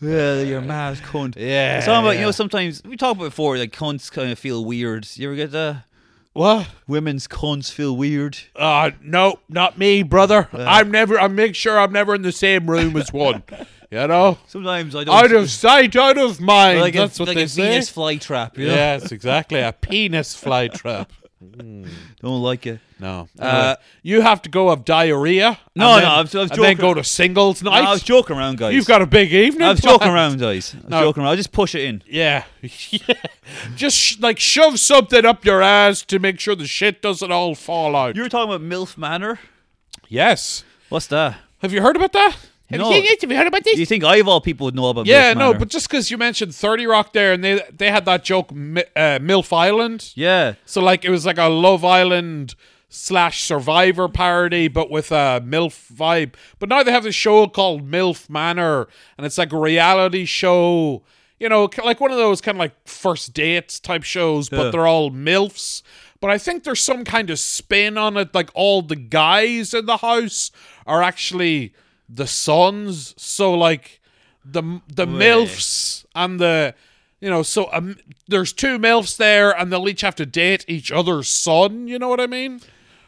yeah, you're a mad cunt.
Yeah,
It's all about, you
yeah.
know, sometimes we talked about before, like cunts kind of feel weird. You ever get that?
What?
Women's cunts feel weird.
Uh no, not me, brother. I'm never. I make sure I'm never in the same room as one. You know,
Sometimes I don't.
out of sight, out of mind.
like
That's
a,
what
like
they
a
say.
Venus flytrap. You know?
Yes, exactly. A penis flytrap.
Don't like it.
No,
Uh,
you have to go have diarrhea.
No,
and
no,
then-
I was- I was
and then
joking.
go to singles
No,
night.
I was joking around, guys.
You've got a big evening.
I was joking
planned.
around, guys. I was
No.
joking around. I just push it in.
Yeah. yeah. Just sh- like shove something up your ass to make sure the shit doesn't all fall out.
You were talking about MILF Manor.
yes.
What's that?
Have you heard about that? Have
No.
you seen it? Have you heard about this?
Do you think I of all people would know about
yeah,
MILF
no,
Manor?
but just because you mentioned 30 Rock there and they they had that joke, Mi- uh, MILF Island.
Yeah.
So, like, it was like a Love Island slash Survivor parody, but with a MILF vibe. But now they have this show called MILF Manor, and it's like a reality show, you know, ki- like one of those kind of like first dates type shows, but
Yeah.
they're all MILFs. But I think there's some kind of spin on it, like all the guys in the house are actually the sons. So, like, the the milfs and the you know so um, there's two milfs there and they'll each have to date each other's son you know what i mean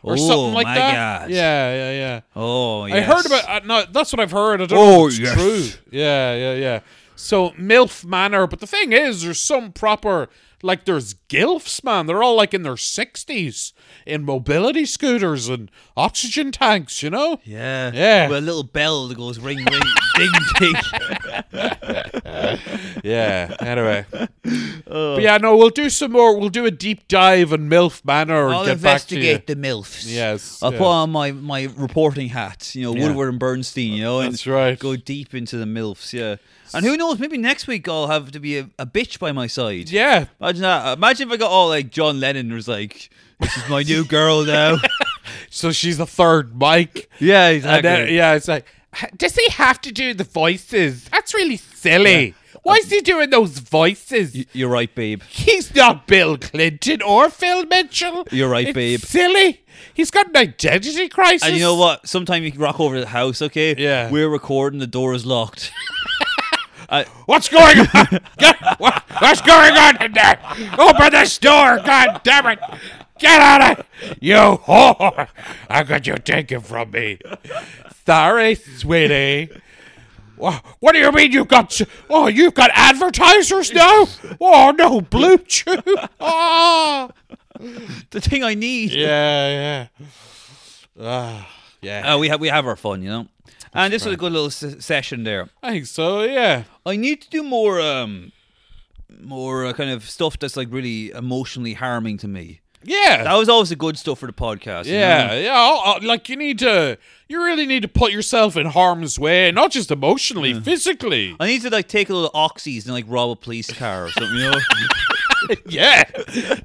or
Oh,
something like
my
that
God.
yeah yeah yeah
Oh, yeah.
i heard about uh, no that's what i've heard i don't know
Oh,
if it's
yes.
true yeah yeah yeah so milf manor but the thing is there's some proper like there's gilfs man they're all like in their 60s in mobility scooters and oxygen tanks you know
Yeah.
Yeah.
With a little bell that goes ring, ring, ding, ding.
Yeah. Anyway.
Oh.
But yeah, no, we'll do some more. We'll do a deep dive on MILF Manor.
I'll
and get back to you.
investigate the MILFs.
Yes.
I
yeah.
put on my, my reporting hat, you know,
Yeah.
Woodward and Bernstein, you know, and
That's right.
go deep into the MILFs, yeah. And who knows, maybe next week I'll have to be a, a bitch by my side.
Yeah.
Imagine that. Imagine if I got all like John Lennon was like, this is my new girl now.
So she's the third mic.
yeah,
And
exactly.
then, yeah, it's like, "H- does he have to do the voices? That's really silly. Why is he doing those voices?
Y- You're right, babe.
He's not Bill Clinton or Phil Mitchell.
You're right,
It's
babe.
Silly. He's got an identity crisis.
And you know what? Sometime you can rock over to the house, okay?
Yeah.
We're recording, the door is locked.
What's going on? Get, what, what's going on in there? Open this door, god damn it! Get out of you whore! How could you take it from me? Sorry, sweetie. Wha- What do you mean you got? s- Oh, you've got advertisers now? Oh no, blue chew. Oh.
the thing I need.
Yeah, yeah. Ah, yeah.
Uh, we have we have our fun, you know. And this was a good little se- session there.
I think so. Yeah.
I need to do more, um, more uh, kind of stuff that's like really emotionally harming to me.
Yeah.
That was always the good stuff for the podcast. you
Yeah,
know?
yeah. I'll, i like you need to, you really need to put yourself in harm's way, not just emotionally, physically.
I need to like take a little oxys and like rob a police car or something, you know,
yeah,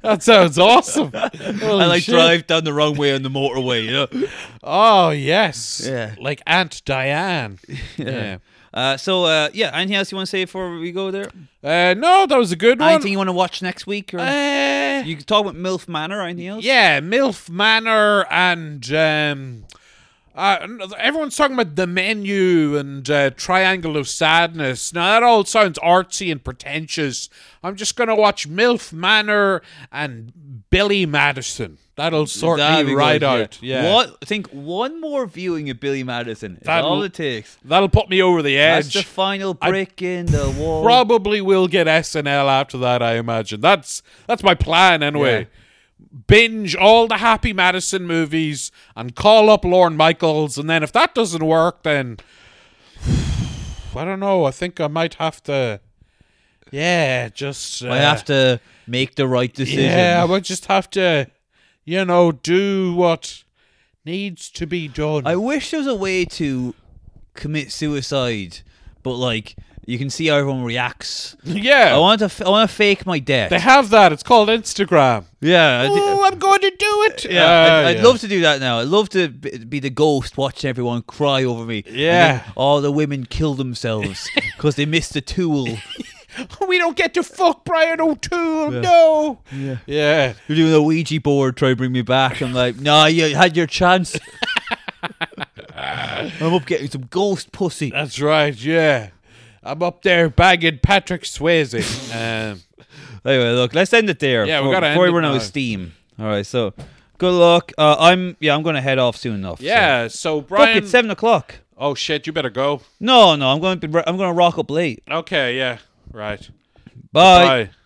that sounds awesome. Holy
and like
shit.
drive down the wrong way on the motorway. You know?
Oh yes.
Yeah.
Like Aunt Diane. yeah.
Uh, so uh, yeah, anything else you want to say before we go there?
Uh, no, that was a good one.
Anything you want to watch next week or
Uh,
you can talk about MILF Manor? or Anything else?
yeah, Milf Manor and um, Uh, and everyone's talking about the menu and uh, Triangle of Sadness. Now that all sounds artsy and pretentious. I'm just gonna watch MILF Manor and Billy Madison. That'll sort
That'd
me
be
right
good,
out. Yeah,
What? I think one more viewing of Billy Madison is
That'll-
all it takes.
that'll put me over the edge.
That's the final brick in the wall.
Probably will get SNL after that, I imagine. That's that's my plan anyway. Binge all the Happy Madison movies and call up Lorne Michaels, and then if that doesn't work, then I don't know. I think I might have to. Yeah, just uh,
I have to make the right decision.
Yeah, I would just have to, you know, do what needs to be done.
I wish there was a way to commit suicide, but like you can see how everyone reacts.
yeah,
I want to. F- I want to fake my death.
they have that. It's called Instagram.
yeah. I d-
Oh, I'm going to do it.
yeah,
Uh,
I'd, I'd
yeah.
love to do that now. I'd love to b- be the ghost watching everyone cry over me. and
Yeah.
then all the women kill themselves because they missed the tool.
we don't get to fuck Brian O'Toole. No. Yeah. Yeah.
You're doing a Ouija board, try to bring me back. I'm like, nah, you had your chance. I'm up getting some ghost pussy.
That's right. Yeah. I'm up there bagging Patrick Swayze. um,
Anyway, look, let's end it there.
Yeah, we
before-
gotta
before
end
we
it
run out of
now.
steam. All right, so good luck. Uh, I'm yeah, I'm gonna head off soon enough. so-
yeah. So
Fuck,
Brian.
it's seven o'clock.
oh shit! You better go.
No, no, I'm gonna be, I'm gonna rock up late.
Okay. Yeah. Right.
Bye.
Bye.